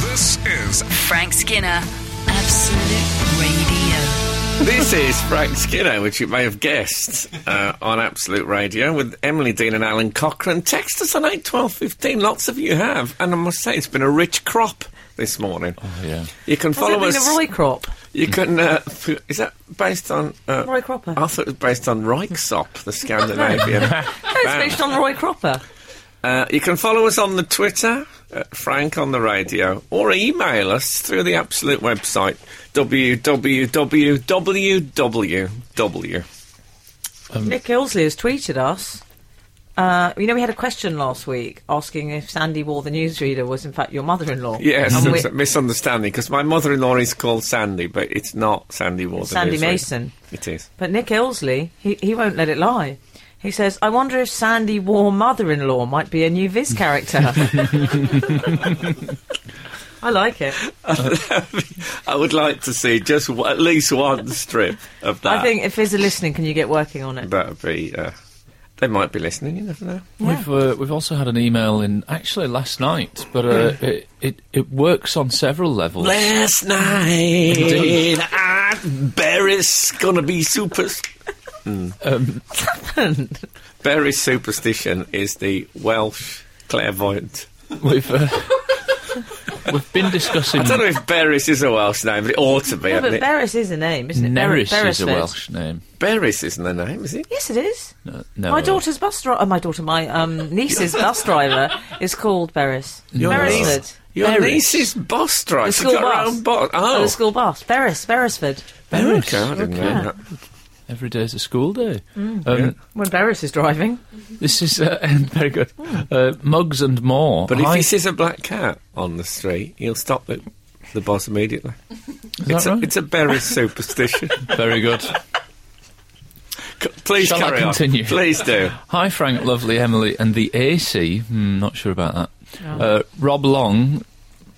S5: This is
S1: Frank Skinner. Absolute Radio.
S2: This is Frank Skinner, which you may have guessed, uh, on Absolute Radio with Emily Dean and Alan Cochrane. Text us on eight twelve fifteen. Lots of you have, and I must say it's been a rich crop this morning.
S3: Yeah.
S2: You can
S4: Has it
S2: follow
S4: been
S2: us.
S4: a Roy Crop?
S2: You can. Uh, f- is that based on uh,
S4: Roy Cropper.
S2: I thought it was based on Reichsop, the
S4: [LAUGHS]
S2: Scandinavian.
S4: It's
S2: band.
S4: based on Roy Cropper.
S2: Uh, you can follow us on the Twitter, at Frank on the Radio, or email us through the Absolute website, www.www.
S4: Nick Ilsley has tweeted us. Uh, you know, we had a question last week asking if Sandy War, the newsreader, was in fact your mother-in-law.
S2: Yes,
S4: And we-
S2: it's a misunderstanding, because my mother-in-law is called Sandy, but it's not Sandy Ward.
S4: Sandy Mason.
S2: It is.
S4: But Nick Ilsley, he, he won't let it lie. He says, I wonder if Sandy War mother in law might be a new Viz character. I like it.
S2: I would like to see just w- at least one strip of that.
S4: I think if there's a listening, can you get working on it?
S2: that would Uh, be. Uh, they might be listening. You never know.
S3: We've uh, we've also had an email in actually last night, but uh,
S2: Mm.
S3: it, it it works on several levels.
S2: Last night,
S3: Indeed.
S2: ah, Barry's gonna be super. Hmm.
S3: Um,
S2: [LAUGHS] Barry's superstition is the Welsh clairvoyant.
S3: [LAUGHS] We've uh, we've been discussing
S2: I don't know if Barry's is a Welsh name, but it ought to be.
S4: Yeah,
S2: hasn't
S4: but
S2: it?
S4: Beres is a name, isn't it?
S3: Nerys
S4: Ber-
S3: is a
S4: Beresford.
S3: Welsh name.
S2: Barry's isn't the name, is it?
S4: Yes, it is.
S3: No, no
S4: my daughter's bus driver, uh, my daughter, my um, niece's bus driver is called Beres. Beresford.
S2: Your
S3: Berries.
S2: niece's boss driver.
S4: The
S2: She's
S4: school
S2: got her
S4: bus.
S2: own boss.
S4: Oh,
S2: Oh,
S4: the school bus. Beres, Beresford.
S2: Berries.
S3: Berries.
S2: Okay, I didn't know that.
S3: uh, Every day's a school day.
S2: Mm.
S3: um,
S4: When Beres is driving.
S3: This is uh, [LAUGHS] very good. Uh, Mugs and more.
S2: Mm. But if
S3: I-
S2: he sees a black cat on the street, he'll stop the, the boss immediately.
S3: is
S2: It's
S3: that
S2: a,
S3: right?
S2: it's a Berries
S3: [LAUGHS]
S2: superstition.
S3: very good.
S2: C- Please
S3: Shall I
S2: carry on.
S3: continue?
S2: Please do.
S3: Hi, Frank, lovely Emily, and the AC. Hmm, not sure about that.
S2: Oh.
S3: Uh, Rob Long,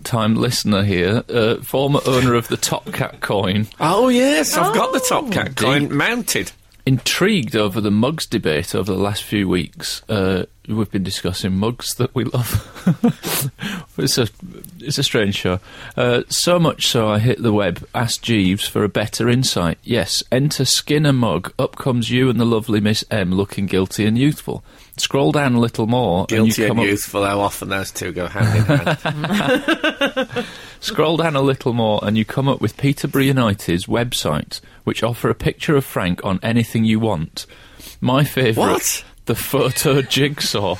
S3: time listener here, uh, former owner of the Top Cat coin,
S2: Oh yes, I've got the top cat
S3: Oh. Indeed.
S2: coin mounted.
S3: intrigued over the mugs debate over the last few weeks. Uh, we've been discussing mugs that we love. [LAUGHS] it's a it's a strange show. Uh, so much so, I hit the web, asked Jeeves for a better insight. Yes, enter Skinner mug. Up comes you and the lovely Miss M, looking guilty and youthful. Scroll down a little more, and
S2: Guilty
S3: you
S2: and,
S3: come up.
S2: youthful. How often those two go hand in
S3: [LAUGHS]
S2: hand?
S3: Scroll down a little more and you come up with Peterborough United's website, which offer a picture of Frank on anything you want. My favourite.
S2: What?
S3: The photo jigsaw,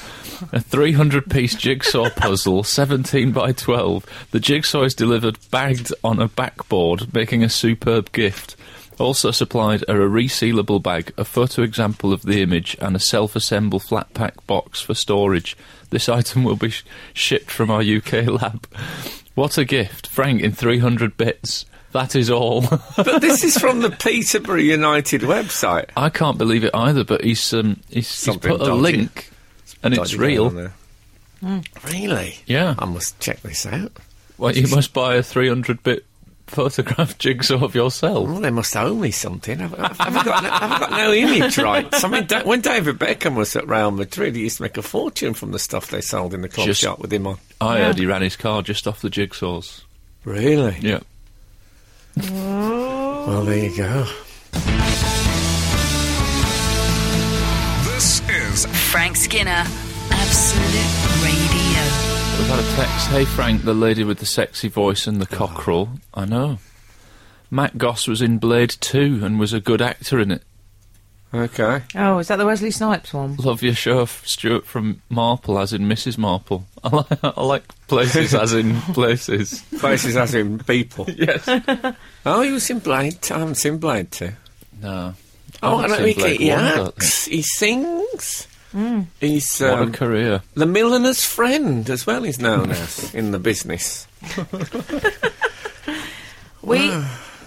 S3: a 300 piece jigsaw puzzle, 17 by 12. The jigsaw is delivered bagged on a backboard, making a superb gift. Also supplied are a resealable bag, a photo example of the image, and a self assemble flat pack box for storage. This item will be sh- shipped from our UK lab. What a gift, Frank, in 300 bits. That is all. [LAUGHS]
S2: but this is from the Peterborough United website.
S3: I can't believe it either, but he's um, he's, he's
S2: Something
S3: put a
S2: dodgy.
S3: link, and it's
S2: Dodgy down
S3: real.
S2: there. Really?
S3: Yeah.
S2: I must check this out.
S3: Well, you must buy a 300 bit photograph [LAUGHS] jigsaw of yourself.
S2: Well, they must owe me something. I've, I've, I've, got, no, I've got no image rights. I mean, da- when David Beckham was at Real Madrid, he used to make a fortune from the stuff they sold in the club
S3: Just-
S2: shop with him on.
S3: I heard he ran his car just off the jigsaws.
S2: Really?
S3: Yeah.
S2: Well, there you go.
S5: This is
S1: Frank Skinner, Absolute Radio.
S3: We've had a text. Hey, Frank, the lady with the sexy voice and the cockerel. I know. Matt Goss was in Blade 2 and was a good actor in it.
S2: Okay.
S4: Oh, is that the Wesley Snipes one?
S3: Love your show, F- Stuart from Marple, as in Mrs. Marple. [LAUGHS] I, li- I like places, as [LAUGHS] in places.
S2: Places as in people.
S3: [LAUGHS] Yes.
S2: Oh, he was in Blade. I haven't seen Blade 2.
S3: No.
S2: Oh, I
S3: haven't
S2: don't
S3: seen
S2: think
S3: Blade
S2: he
S3: One, I don't think.
S2: acts. He sings. He's
S3: What
S2: um,
S3: a career.
S2: the milliner's friend as well. He's known as in the business.
S4: We,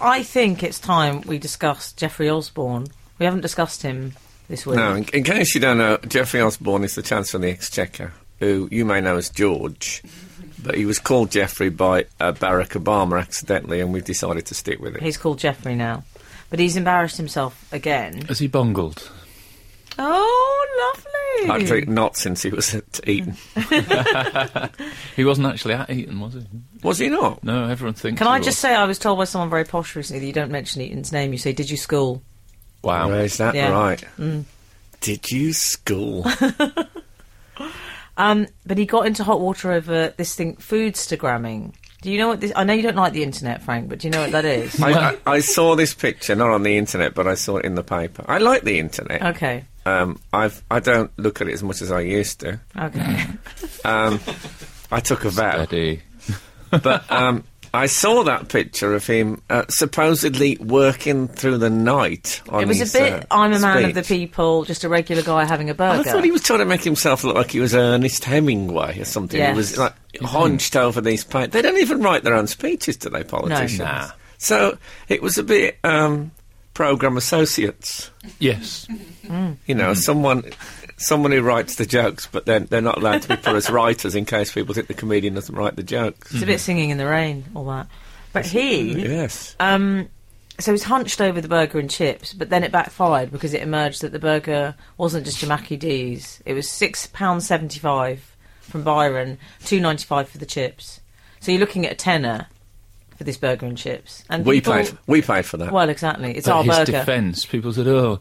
S4: I think it's time we discussed Jeffrey Osborne. We haven't discussed him this week.
S2: Now, in, in case you don't know, Geoffrey Osborne is the Chancellor of the Exchequer, who you may know as George, but he was called Geoffrey by uh, Barack Obama accidentally, and we've decided to stick with it.
S4: He's called Jeffrey now, but he's embarrassed himself again.
S3: Has he bungled?
S4: Oh, lovely!
S2: Actually, not since he was [LAUGHS] at Eton.
S3: He wasn't actually at Eton, was he?
S2: Was he not?
S3: No, everyone thinks.
S4: Can
S3: he
S4: I
S3: was.
S4: just say I was told by someone very posh recently that you don't mention Eaton's name. You say, "Did you school?"
S3: Wow.
S2: Is that
S4: Yeah.
S2: right? Did you school?
S4: Um, but he got into hot water over this thing, foodstagramming. Do you know what this? I know you don't like the internet, Frank, but do you know what
S2: [LAUGHS]
S4: that is?
S2: I, I, I saw this picture, not on the internet, but I saw it in the paper. I like the internet.
S4: okay,
S2: Um, I've, I don't look at it as much as I used to.
S4: okay.
S2: I took a vow.
S3: Eddie.
S2: But um, I saw that picture of him uh, supposedly working through the night on
S4: it was
S2: his,
S4: a bit.
S2: uh,
S4: I'm a man of the
S2: speech.
S4: people, just a regular guy having a burger.
S2: I thought Oh, he was trying to make himself look like he was Ernest Hemingway or something. He was
S4: Yes. Mm-hmm.
S2: like hunched over these pages. They don't even write their own speeches, do they, politicians?
S4: Nah.
S2: So it was a bit um, program associates.
S3: Yes.
S4: Mm-hmm.
S2: You know, someone someone who writes the jokes, but then they're not allowed to be put
S4: [LAUGHS]
S2: as writers in case people think the comedian doesn't write the jokes.
S4: It's a bit singing in the rain, all that. But he,
S2: Yes.
S4: um, so he's hunched over the burger and chips, but then it backfired because it emerged that the burger wasn't just a Mackie D's. It was six pound seventy five from Byron, two ninety five for the chips. So you're looking at a tenner for this burger and chips. And
S2: we
S4: people-
S2: paid. We paid for that.
S4: Well, exactly. It's
S3: But
S4: our
S3: his
S4: burger.
S3: defence, people said, "Oh,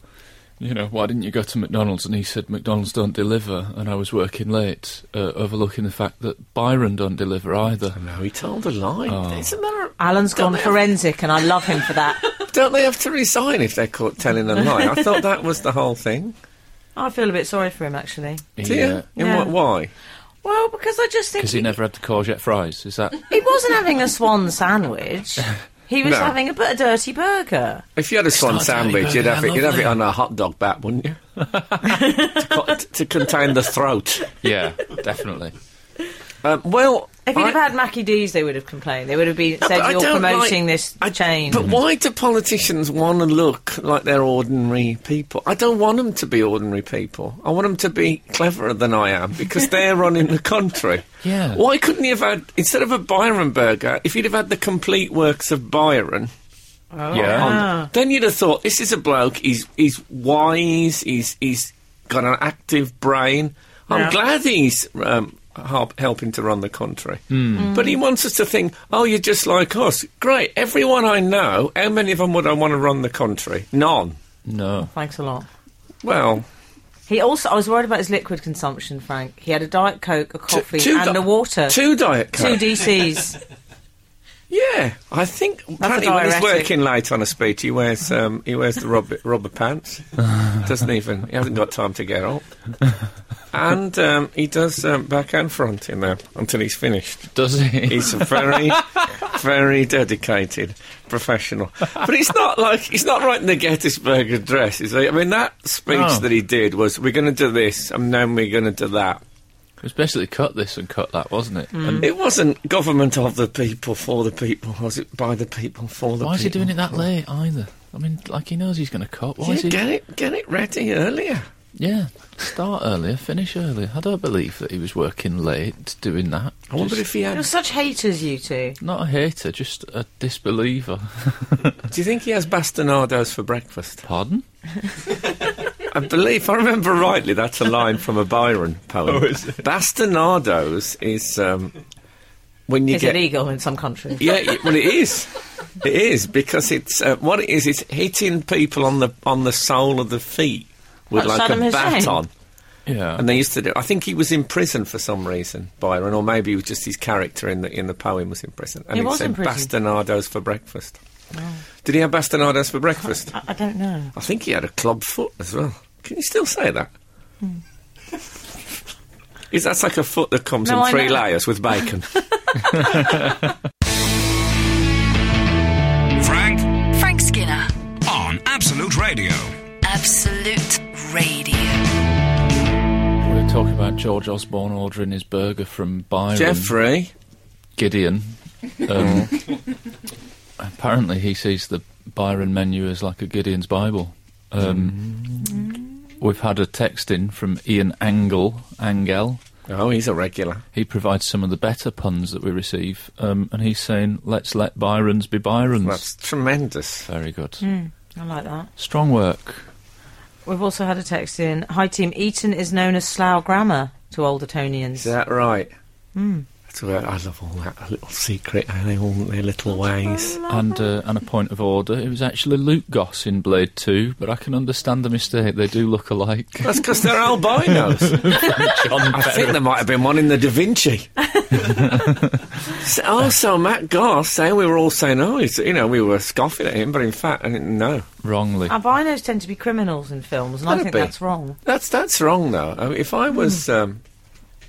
S3: you know, why didn't you go to McDonald's?" And he said, "McDonald's don't deliver, and I was working late, uh, overlooking the fact that Byron don't deliver either."
S2: no, he told a lie.
S4: Oh.
S2: Isn't there a-
S4: Alan's
S2: Don't
S4: gone
S2: they have-
S4: forensic, and I love him
S2: [LAUGHS]
S4: for that.
S2: Don't they have to resign if they're caught telling a lie? I thought that was the whole
S4: [LAUGHS]
S2: thing.
S4: I feel a bit sorry for him, actually.
S2: Do you? In
S4: Yeah.
S2: what? Why?
S4: Well, because I just think
S3: because he never had the courgette fries. Is that?
S4: He wasn't having a
S2: [LAUGHS]
S4: swan sandwich. He was
S2: No.
S4: having a, bit of dirty burger.
S2: If you had a swan
S3: not Danny
S2: sandwich, you'd
S3: Burger,
S2: have it. You'd have
S3: lovely.
S2: it on a hot dog bat, wouldn't
S4: [LAUGHS]
S2: you? to, co- to contain the throat.
S3: [LAUGHS] yeah, definitely.
S2: Um, well,
S4: If he'd
S2: I-
S4: have had Mackie D's, they would have complained. They would have been
S2: No,
S4: said,
S2: but I
S4: "You're
S2: don't
S4: promoting
S2: like-
S4: this
S2: I-
S4: chain."
S2: But why do politicians want to look like they're ordinary people? I don't want them to be ordinary people. I want them to be cleverer than I am because they're running the country.
S3: Yeah.
S2: Why couldn't he have had instead of a Byron burger? If you'd have had the complete works of Byron.
S3: Yeah.
S2: on-
S4: Ah.
S2: then you'd have thought this is a bloke. He's he's wise. He's he's got an active brain. I'm
S4: Yeah.
S2: glad he's um, help, helping to run the country.
S4: Hmm.
S2: But he wants us to think, oh, you're just like us. Great. Everyone I know, how many of them would I want to run the country? None.
S3: No.
S4: Thanks a lot.
S2: Well,
S4: He also, I was worried about his liquid consumption, Frank. He had a diet coke, a
S2: t-
S4: coffee,
S2: two
S4: and
S2: di-
S4: a water.
S2: Two diet
S4: Two
S2: coke. [LAUGHS]
S4: DCs.
S2: yeah, I think apparently when he's
S4: diuretic.
S2: working late on a speech, he wears um, he wears the rubber, [LAUGHS] rubber
S3: [LAUGHS]
S2: pants. Doesn't even he hasn't got time to get up. And um, he does um, backhand front in there until he's finished.
S3: Does he?
S2: He's a
S3: [LAUGHS]
S2: very, very dedicated professional. But he's not like he's not writing the Gettysburg Address. Is he? I mean, that speech
S3: No.
S2: that he did was, "We're going to do this, and then we're going to do that."
S3: It was basically cut this and cut that, wasn't it? And
S2: It wasn't government of the people for the people, was it? By the people for the people.
S3: why is he doing it that late either? I mean, like he knows he's going to
S4: Oh,
S3: cut. Why
S2: Yeah,
S3: is he?
S2: get it, get it ready earlier.
S3: Yeah, start earlier, finish earlier. I don't believe that he was working late doing that.
S2: I wonder if he
S4: You're
S2: had.
S4: such haters, you two.
S3: Not a hater, just a [LAUGHS] disbeliever.
S2: Do you think he has bastarnados for breakfast?
S3: Pardon?
S2: I believe, if I remember rightly, that's a line from a Byron poem.
S3: Oh, is it?
S2: Bastarnados is um, when you
S4: Is
S2: get
S4: illegal in some
S2: [LAUGHS]
S4: countries.
S2: Yeah, y- well, it is. It is because it's uh, what it is. It's hitting people on the on the sole of the feet with
S4: Like
S2: like
S4: Saddam
S2: a
S4: Hussein.
S2: baton.
S3: Yeah.
S2: And they used to do. I think he was in prison for some reason, Byron, or maybe it was just his character in the in the poem was in prison. And
S4: He
S2: it
S4: was
S2: said
S4: in prison.
S2: Bastarnados for breakfast. Did he have bastarnados for breakfast?
S4: I, I don't know.
S2: I think he had a club foot as well. Can you still say that? Is that's like a foot that comes
S4: Hmm. No,
S2: in
S4: I
S2: three
S4: know.
S2: layers with
S4: [LAUGHS]
S2: bacon?
S5: Frank
S1: Frank Skinner,
S5: on Absolute Radio.
S1: Absolute Radio.
S3: we were talking about George Osborne ordering his burger from Byron
S2: Jeffrey.
S3: Gideon. Um, apparently, he sees the Byron menu as like a Gideon's Bible. Um, We've had a text in from Ian Angle. Angel.
S2: Oh, he's a regular.
S3: He provides some of the better puns that we receive, um, and he's saying, "Let's let Byrons be Byrons."
S2: That's tremendous.
S3: Very good.
S4: I like that.
S3: Strong work.
S4: We've also had a text in. Hi, team. Eton is known as Slough Grammar to Old Etonians.
S2: Is that right?
S4: Hmm.
S2: That's where I love all that a little secret and all their little ways.
S3: And uh, and a point of order, it was actually Luke Goss in Blade Two, but I can understand the mistake. They do look alike. [LAUGHS]
S2: That's because they're albinos.
S3: John
S2: I think there might have been one in the Da
S3: [LAUGHS]
S2: Vinci. so, oh, so Matt Goss saying we were all saying, oh, he's, you know, we were scoffing at him, but in fact, I didn't know.
S4: [LAUGHS]
S3: wrongly.
S4: Albinos tend to be criminals in films, and I
S2: Could it
S4: think
S2: be?
S4: that's wrong.
S2: That's that's wrong though. I mean, if I was,
S3: Hmm.
S2: um,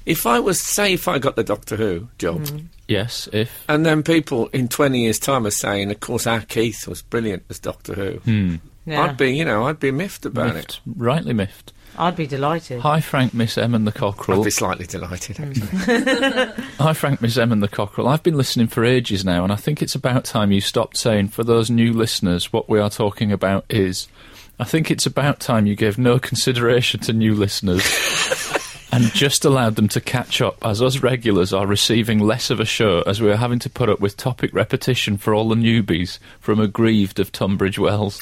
S2: if I was, say, if I got the Doctor Who job,
S3: Hmm. Yes, if
S2: and then people in twenty years' time are saying, of course, our Keith was brilliant as Doctor Who.
S4: Yeah.
S2: I'd be, you know, I'd be miffed about it.
S3: Hmm. miffed, rightly miffed.
S4: I'd be delighted.
S3: Hi, Frank, Miss Em, and the
S2: I'd
S3: Cockerel.
S2: be slightly
S3: Hmm.
S2: delighted. Actually.
S3: Hi, Frank, Miss Em, and the Cockerel. I've been listening for ages now, and I think it's about time you stopped saying for those new listeners what we are talking about is. I think it's about time you gave no [LAUGHS] consideration to new listeners and just allowed them to catch up as us regulars are receiving less of a show as we are having to put up with topic repetition for all the newbies from aggrieved of Tunbridge Wells.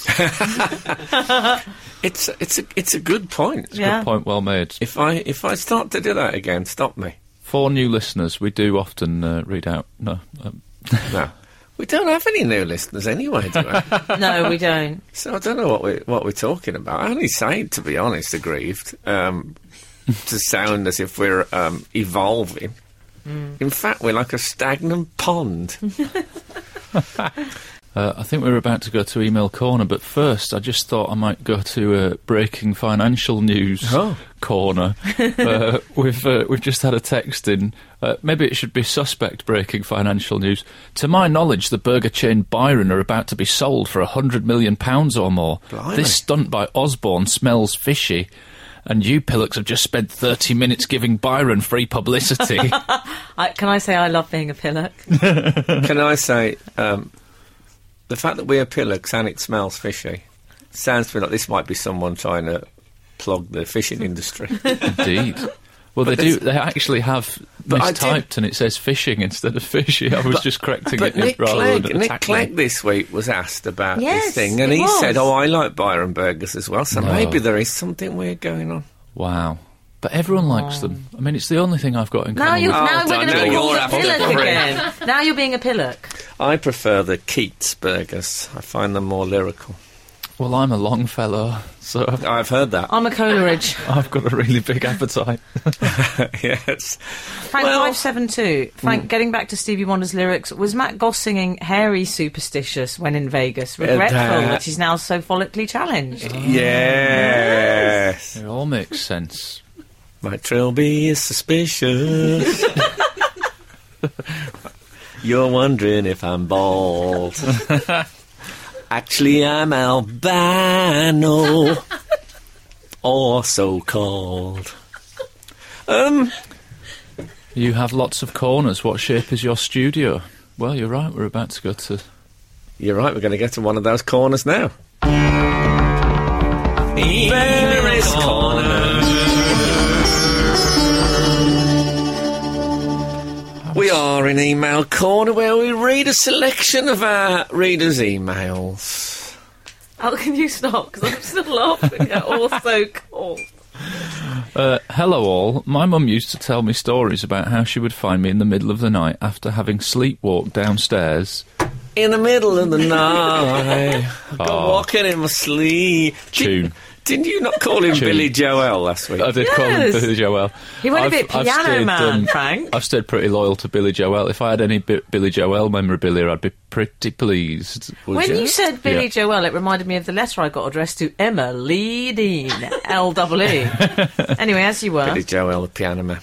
S2: It's it's a it's a good point.
S4: yeah.
S3: Good point well made.
S2: If I if I start to do that again, stop me.
S3: For new listeners, we do often uh, read out. No. Um,
S2: No, we don't have any new listeners anyway, do we?
S4: No, we don't.
S2: so I don't know what we what we're talking about. I only say, it, to be honest, aggrieved um, to sound as if we're um, evolving. In fact, we're like a stagnant pond.
S3: Uh, I think we were about to go to email corner, but first I just thought I might go to uh, breaking financial news
S2: Oh. [LAUGHS]
S3: corner. uh, we've uh, we've just had a text in. Uh, maybe it should be suspect breaking financial news. To my knowledge, the burger chain Byron are about to be sold for hundred million pounds or more.
S2: Blimey.
S3: This stunt by Osborne smells fishy. And you pillocks have just spent 30 minutes giving Byron free
S2: [LAUGHS]
S3: publicity.
S4: I, can I say I love being a pillock?
S2: Can I say um, the fact that we're pillocks and it smells fishy sounds to me like this might be someone trying to plug the fishing industry.
S3: Indeed. Well, they do. They actually have
S2: But I
S3: mistyped, and it says fishing instead of fishy. I was just correcting
S2: But
S3: it
S2: Nick
S3: rather
S2: Clegg,
S3: than attacking.
S2: Nick Clegg this week was asked about
S4: Yes,
S2: this thing, and
S4: it
S2: he
S4: was.
S2: said, "Oh, I like Byron burgers as well, so
S3: No.
S2: maybe there is something weird going on."
S3: Wow. But everyone likes them. I mean, it's the only thing I've got in
S4: Now
S3: common.
S4: you
S3: with-
S2: Oh,
S4: now
S2: Dan,
S4: we're going to
S2: now
S4: be
S2: you're
S4: called a
S2: after
S4: pillock
S2: the ring.
S4: again. now you're being a pillock.
S2: I prefer the Keats burgers. I find them more lyrical.
S3: well, I'm a long fellow, so I've-
S2: I've heard that.
S4: I'm a Coleridge.
S3: I've got a really big appetite.
S2: [LAUGHS] yes.
S4: Frank
S2: Well- Mm.
S4: five seven two. Frank, getting back to Stevie Wonder's lyrics, was Matt Goss singing "hairy superstitious" when in Vegas? Regretful
S2: Uh, that-
S4: that he's now so follically challenged.
S2: Yes.
S3: It all makes sense.
S2: My trilby is suspicious. You're wondering if I'm bald. Actually, I'm albino, or so called.
S3: You have lots of corners. What shape is your studio? Well, you're right. We're about to go to.
S2: You're right, we're going to get to one of those corners now. Various corners. We are in Email Corner where we read a selection of our readers' emails.
S4: How can you stop? Because I'm still [LAUGHS] laughing at all so cool.
S3: Uh, hello all. My mum used to tell me stories about how she would find me in the middle of the night after having sleepwalked downstairs
S2: In the middle
S3: [LAUGHS]
S2: of the night, I got
S3: Oh.
S2: walking in my sleep.
S3: Tune.
S2: Did, not you not call him
S3: Tune.
S2: Billy Joel last week?
S3: I did call him
S4: Yes.
S3: Billy Joel.
S4: He went a bit piano man, Frank.
S3: um, I've stayed pretty loyal to Billy Joel. If I had any Bi- Billy Joel memorabilia, I'd be pretty pleased. Would
S4: When you said Billy
S3: Yeah.
S4: Joel, it reminded me of the letter I got addressed to Emma Lee Dean, L double E.
S3: [LAUGHS]
S4: Anyway, as you were,
S2: Billy Joel, the piano man.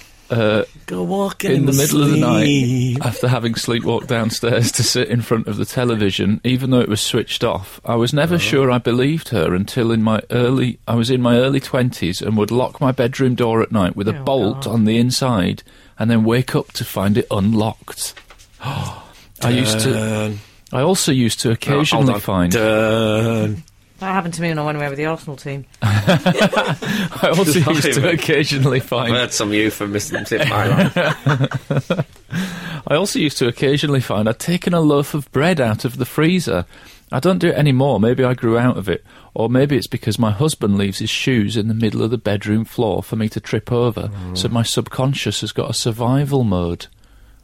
S2: go walking
S3: Uh, in the middle of the
S2: sleep.
S3: night, after having sleepwalked downstairs to sit in front of the television, even though it was switched off, I was
S4: Oh.
S3: never sure I believed her until in my early I was in my early twenties and would lock my bedroom door at night with a
S4: Oh,
S3: bolt
S4: God.
S3: on the inside, and then wake up to find it unlocked. [GASPS] I used to. I also used
S2: Oh,
S3: to
S2: hold
S3: occasionally
S2: on.
S3: find.
S2: Dun.
S4: that happened to me when I went away with the Arsenal team.
S3: [LAUGHS] I
S2: [LAUGHS]
S3: also
S2: Blimey.
S3: used to occasionally
S2: I've
S3: find.
S2: heard some euphemisms in my life.
S3: I also used to occasionally find I'd taken a loaf of bread out of the freezer. I don't do it anymore. Maybe I grew out of it, or maybe it's because my husband leaves his shoes in the middle of the bedroom floor for me to trip over.
S2: Mm.
S3: So my subconscious has got a survival mode.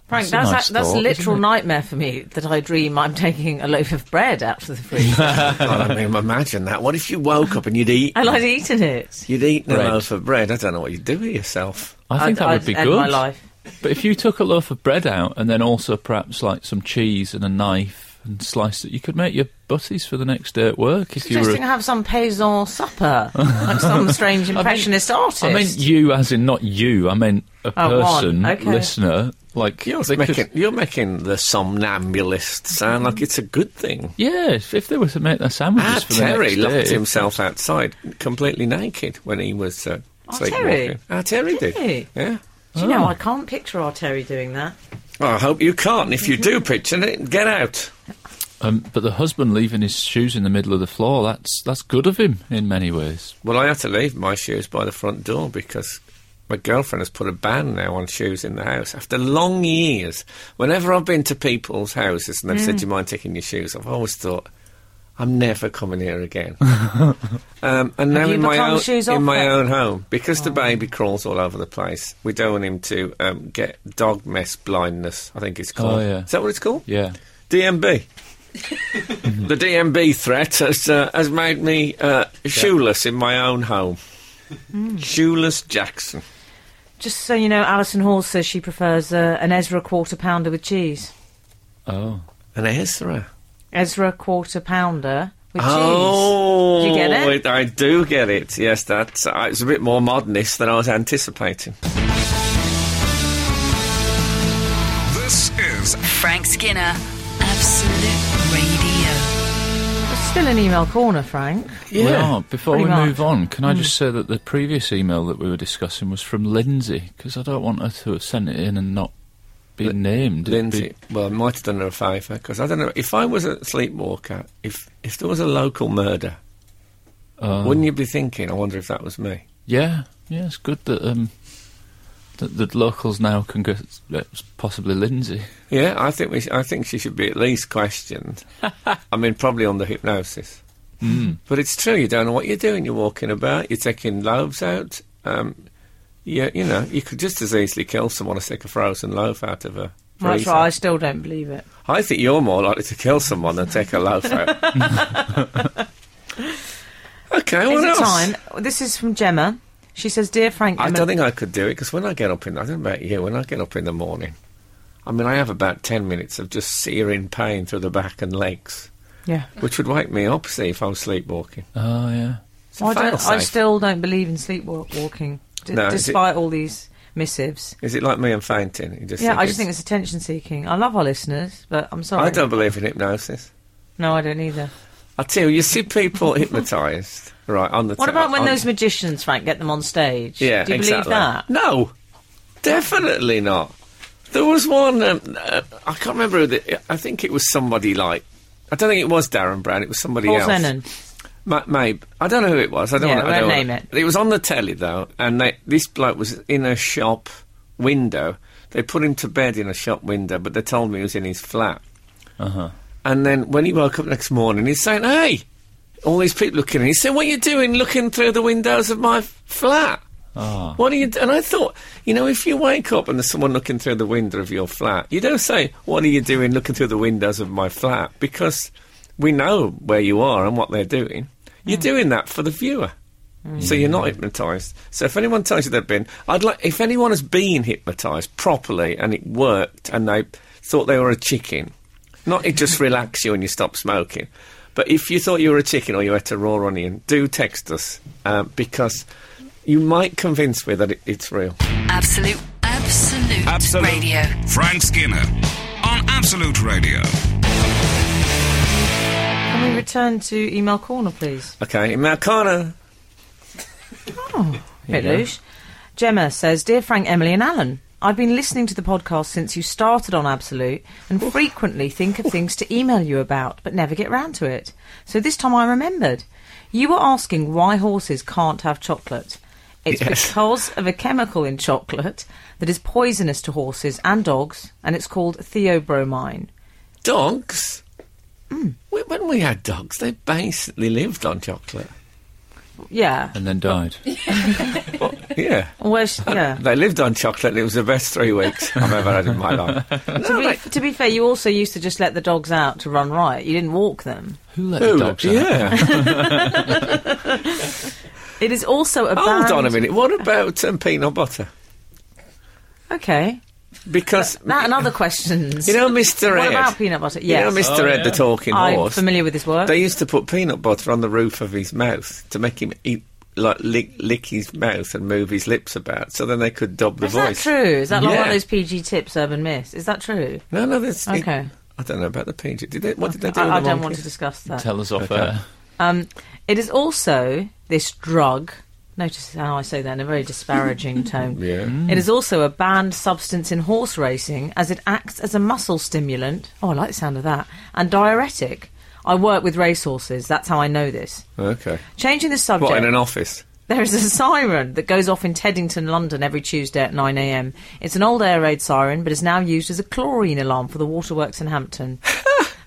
S4: Frank,
S3: That's a
S4: that's a
S3: nice
S4: that's
S3: thought, isn't
S4: literal
S3: it?
S4: nightmare for me that I dream I'm taking a loaf of bread out of
S3: [LAUGHS]
S4: the fridge
S2: God, [LAUGHS] I mean, imagine that. What if you woke up and you'd eat?
S4: and I'd eaten it.
S2: You'd eaten
S3: Bread.
S2: a loaf of bread. I don't know what you'd do with yourself.
S3: I think
S4: I'd,
S3: that
S4: I'd
S3: would be
S4: end
S3: good.
S4: my life.
S3: But if you took a loaf of bread out and then also perhaps like some cheese and a knife and sliced it, you could make your butties for the next day at work if you were.
S4: Suggesting I have some paysan
S3: [LAUGHS]
S4: supper, like some strange impressionist artist.
S3: I meant you, as in not you. I meant a
S4: Oh, one.
S3: person,
S4: Okay.
S3: listener. Like
S2: You're
S3: they could-
S2: making, you're making the somnambulist sound like it's a good thing.
S3: Yeah, if, if they were to make their sandwiches
S2: Ah,
S3: for the
S2: Terry
S3: next
S2: locked
S3: day.
S2: himself outside completely naked when he was uh,
S4: Oh,
S2: sleepwalking.
S4: Terry.
S2: Ah, Terry did.
S4: Really?
S2: Yeah.
S4: Do you
S3: oh.
S4: know, I can't picture our Terry doing that. Mm-hmm.
S2: Well, I hope you can't. If you do picture it, get out.
S3: Um, but the husband leaving his shoes in the middle of the floor, that's, that's good of him in many ways.
S2: Well, I had to leave my shoes by the front door because my girlfriend has put a ban now on shoes in the house. After long years, whenever I've been to people's houses and they've said,
S4: Mm.
S2: Do you mind taking your shoes off? I've always thought, I'm never coming here
S4: [LAUGHS]
S2: again. um, and now
S4: you
S2: in my,
S4: become
S2: own,
S4: shoes off
S2: in my
S4: then? Oh.
S2: own home, because the baby crawls all over the place, we don't want him to um, get dog mess blindness, I think it's
S4: Oh,
S2: called.
S3: yeah.
S2: Is that what it's called?
S3: Yeah.
S2: DMB. the DMB threat has uh, has made me uh, shoeless in my own home. Shoeless Jackson.
S4: Just so you know, Alison Hall says she prefers uh, an Ezra quarter pounder with cheese.
S3: Oh.
S2: An Ezra.
S4: Ezra quarter pounder with
S2: Oh,
S4: cheese. Do you get it?
S2: I do get it. Yes, that's uh, it's a bit more modernist than I was anticipating.
S5: This is
S1: Frank Skinner, Absolute Radio.
S4: It's still an email corner, Frank.
S3: We are. Before we
S4: pretty much. Mm.
S3: move on, can I just say that the previous email that we were discussing was from Lindsay, because I don't want her to have sent it in and not be named. It'd
S2: Lindsay, well, I might have done her a favour because I don't know if I was a sleepwalker. If if there was a local murder,
S3: be- uh,
S2: wouldn't you be thinking? I wonder if that was me.
S3: Yeah, yeah, it's good that um, that the locals now can go. That's possibly Lindsay.
S2: Yeah, I think we sh- I think she should be at least
S4: [LAUGHS]
S2: questioned. I mean, probably under hypnosis. Mm. But it's true. You don't know what you're doing. You're walking about. You're taking loaves out. Um, you, you know, you could just as easily kill someone as take a frozen loaf out of a
S4: That's
S2: freezer.
S4: right, I still don't believe it.
S2: I think you're more likely to kill someone than take a loaf
S4: [LAUGHS]
S2: out. [LAUGHS] okay,
S4: Is
S2: what
S4: it
S2: else?
S4: time? This is from Gemma. She says, Dear Frank,
S2: I
S4: Emma-
S2: don't think I could do it because when I get up in, I don't know about you, when I get up in the morning, I mean, I have about 10 minutes of just searing pain through the back and legs.
S4: Yeah.
S2: which would wake me up, see, if I was sleepwalking.
S3: Oh yeah,
S2: It's a
S4: I, don't, I
S2: failsafe.
S4: still don't believe in sleepwalking, d-
S2: No, is it-
S4: despite all these missives.
S2: Is it like me and fainting? You just
S4: Yeah, I just think it's attention seeking. I love our listeners, but I'm sorry.
S2: I don't believe in hypnosis.
S4: No, I don't either.
S2: I tell you, you see
S4: [LAUGHS]
S2: people hypnotised, right, on the
S4: What
S2: te-
S4: about when
S2: on-
S4: those magicians, Frank, get them on stage?
S2: Yeah,
S4: Do you
S2: exactly.
S4: believe that?
S2: No, definitely not. There was one, um, uh, I can't remember who the, I think it was somebody like, I don't think it was Darren Brown, it was somebody
S4: Paul
S2: else.
S4: Zenon.
S2: Ma- Maybe I don't know who it was. I don't.
S4: Yeah,
S2: wanna,
S4: we
S2: I don't
S4: won't
S2: wanna-
S4: name
S2: It was on the telly though, and they, this bloke was in a shop window. They put him to bed in a shop window, but they told me he was in his flat.
S3: uh huh.
S2: And then when he woke up next morning, he's saying, "Hey, all these people looking." at him." He said, "What are you doing looking through the windows of my f- flat?"
S3: Ah.
S2: What are you? d-" And I thought, you know, if you wake up and there's someone looking through the window of your flat, you don't say, "What are you doing looking through the windows of my flat?" Because we know where you are and what they're doing. You're doing that for the viewer, so you're not hypnotised. So if anyone tells you they've been, I'd like if anyone has been hypnotised properly and it worked and they thought they were a chicken, not it just relax you and you stop smoking. But if you thought you were a chicken or you ate a raw onion, do text us uh, because you might convince me that it, it's real.
S1: Absolute, Absolute,
S5: Absolute
S1: Radio.
S5: Frank Skinner on Absolute Radio.
S4: Can we return to email corner, please?
S2: Okay, in Mount Connor.
S4: bit loose. Gemma says, Dear Frank, Emily, and Alan, I've been listening to the podcast since you started on Absolute and frequently think of things to email you about, but never get round to it. So this time I remembered. You were asking why horses can't have chocolate. It's
S2: Yes.
S4: because of a chemical in chocolate that is poisonous to horses and dogs, and it's called theobromine.
S2: Dogs?
S4: Hmm.
S2: We- When we had dogs, they basically lived on chocolate.
S4: Yeah.
S3: And then died.
S2: Well, yeah.
S4: Well, sh- yeah.
S2: They lived on chocolate, and it was the best three weeks I've ever had in my
S4: [LAUGHS]
S2: life.
S4: to, be, to be fair, you also used to just let the dogs out to run riot. You didn't walk them.
S3: [LAUGHS] Who let
S2: Ooh,
S3: the dogs out?
S2: yeah.
S4: It is also a
S2: Hold
S4: banned-
S2: on a minute. What about um, peanut butter?
S4: Okay.
S2: Because
S4: That and other questions.
S2: you know, Mr.
S4: what
S2: Ed.
S4: about peanut butter?
S2: You know,
S4: Yes.
S2: Mr. Ed, the talking
S4: I'm
S2: horse.
S4: familiar with his work.
S2: They used to put peanut butter on the roof of his mouth to make him eat, like lick, lick his mouth and move his lips about, so then they could dub the
S4: is
S2: voice.
S4: that true? Is that like one
S2: Yeah.
S4: of those PG tips Urban Myths? Is that true?
S2: No, no, that's it-
S4: Okay.
S2: I don't know about the peanut. Did they? What did they do? with
S4: I, I
S2: the
S4: don't
S2: monkey?
S4: want to discuss that.
S3: Tell us off
S2: Okay.
S3: air.
S4: Um, it is also this drug Notice how I say that in a very
S2: [LAUGHS]
S4: disparaging tone. Mm.
S2: Yeah.
S4: It is also a banned substance in horse racing as it acts as a muscle stimulant. Oh, I like the sound of that. And diuretic. I work with racehorses. That's how I know this.
S2: Okay.
S4: Changing the subject.
S2: What, in an office?
S4: There is a siren that goes off in Teddington, London every Tuesday at 9am. It's an old air raid siren, but is now used as a chlorine alarm for the waterworks in [LAUGHS] Hampton.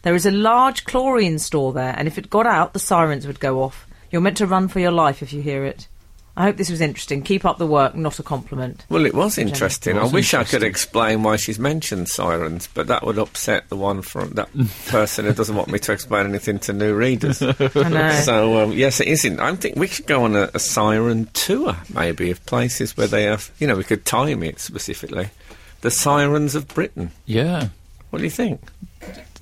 S4: there is a large chlorine store there, and if it got out, the sirens would go off. You're meant to run for your life if you hear it. I hope this was interesting. Keep up the work, not a compliment.
S2: Well, it was interesting.
S3: was
S2: I wish I could
S3: interesting.
S2: explain why she's mentioned sirens, but that would upset the one from that person who doesn't want me to explain anything to new readers.
S4: [LAUGHS] I know.
S2: So um, yes, it isn't. I think we should go on a, a siren tour, maybe, of places where they have. You know, we could time it specifically. The sirens of Britain.
S3: Yeah.
S2: What do you think?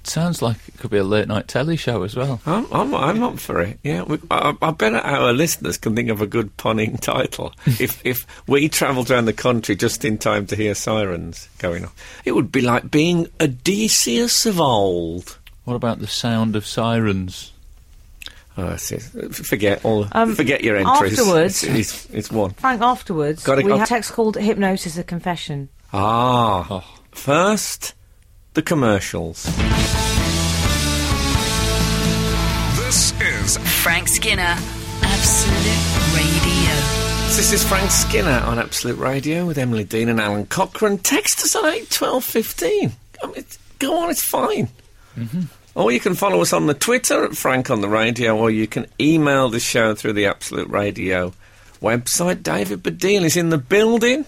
S3: It sounds like it could be a late night telly show as well.
S2: I'm I'm, I'm up for it. Yeah, we, I, I bet our listeners can think of a good punning
S4: [LAUGHS]
S2: title. if if we travelled around the country just in time to hear sirens going off, it would be like being Odysseus of old.
S3: What about the sound of sirens?
S2: Oh, that's it. F- Forget all.
S4: Um,
S2: forget your entries.
S4: afterwards-
S2: it's, it's, it's one.
S4: Frank, afterwards,
S2: Got it,
S4: we
S2: got
S4: had a
S2: it.
S4: text called Hypnosis a Confession.
S2: Ah.
S3: Oh.
S2: First, the commercials.
S5: This is
S1: Frank Skinner, Absolute Radio.
S2: This is Frank Skinner on Absolute Radio with Emily Dean and Alan Cochrane. Text us on eight twelve fifteen. I mean, it's- go on, it's fine. Or you can follow us on the Twitter at Frank on the Radio, or you can email the show through the Absolute Radio website. David Badil is in the building.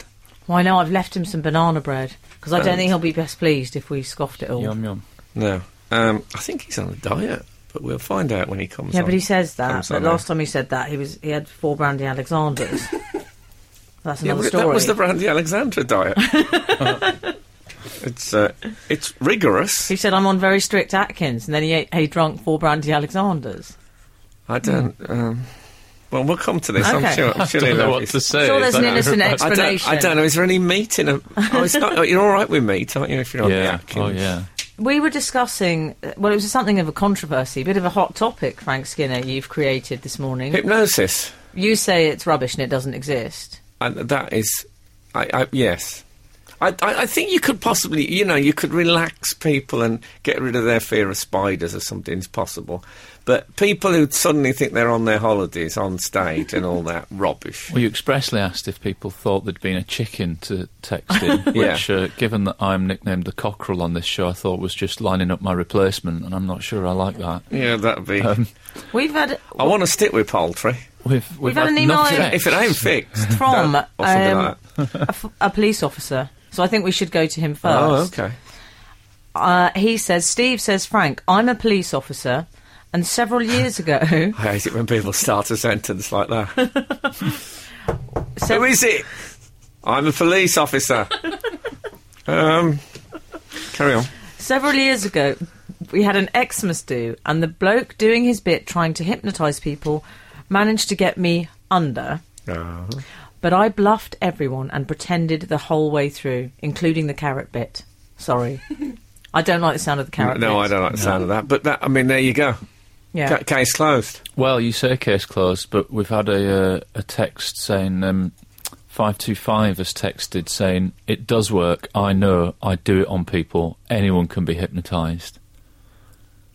S4: Well, I know I've left him some banana bread, because I don't
S2: Thanks.
S4: think he'll be best pleased if we scoffed it all.
S3: Yum yum.
S2: No, um, I think he's on a diet, but we'll find out when he comes.
S4: Yeah,
S2: on-
S4: but he says that.
S2: comes
S4: But
S2: on
S4: last
S2: air.
S4: time he said that, he was he had four
S2: [LAUGHS]
S4: brandy Alexanders. That's
S2: Yeah,
S4: another
S2: but That
S4: story.
S2: was the Brandy Alexandra diet.
S4: [LAUGHS]
S2: it's uh, it's rigorous.
S4: he said, "I'm on very strict Atkins," and then he ate, he drunk four brandy Alexanders.
S2: I don't. Um, well, we'll come to this. I'm
S4: Hmm. Okay.
S2: sure. I'm
S3: [LAUGHS] I
S2: sure
S3: don't know
S2: he'll-
S3: what to say.
S4: Sure,
S3: Is
S4: there's an
S3: that- [LAUGHS]
S2: [LAUGHS]
S4: innocent
S2: I don't,
S4: explanation.
S2: I don't know. Is there any meat in a? Oh, it's not. You're all right with meat, aren't you? If you're on the
S3: Yeah.
S2: Atkins.
S3: Oh yeah.
S4: We were discussing. uh, Well, it was something of a controversy, a bit of a hot topic. Frank Skinner, you've created this morning.
S2: Hypnosis,
S4: you say it's rubbish and it doesn't exist.
S2: and that is, I, I yes. I, I, I think you could possibly, you know, you could relax people and get rid of their fear of spiders or something is possible. But people who suddenly think they're on their holidays on stage and all that rubbish.
S3: Well, you expressly asked if people thought there'd been a chicken to text in, [LAUGHS]
S2: Yeah.
S3: which, uh, given that I'm nicknamed the cockerel on this show, I thought was just lining up my replacement, and I'm not sure I like that.
S2: Yeah, that'd be.
S3: Um,
S4: We've had
S2: I want to stick with poultry.
S3: We've, we've,
S4: had an email
S3: nothing.
S4: in-
S2: If it ain't fixed.
S4: from
S2: that- or something
S4: um,
S2: like that.
S4: a, f- a police officer, so I think we should go to him first.
S2: Oh, okay.
S4: Uh, he says, Steve says, Frank, I'm a police officer, and several
S2: [LAUGHS]
S4: years ago,
S2: I hate it when people start a sentence like that. [LAUGHS]
S4: so
S2: Who is it? I'm a police officer. um, carry on.
S4: several years ago, we had an Xmas do, and the bloke doing his bit trying to hypnotise people managed to get me under, but I bluffed everyone and pretended the whole way through, including the carrot bit.
S2: [LAUGHS]
S4: Sorry. I don't like the sound of the carrot bit.
S2: no, I don't like the sound of that. But that, I mean, there you go.
S4: Yeah.
S2: Ca- case closed.
S3: Well, you say case closed, but we've had a, uh, a text saying um, 525 has texted saying, It does work, I know, I do it on people, anyone can be hypnotised.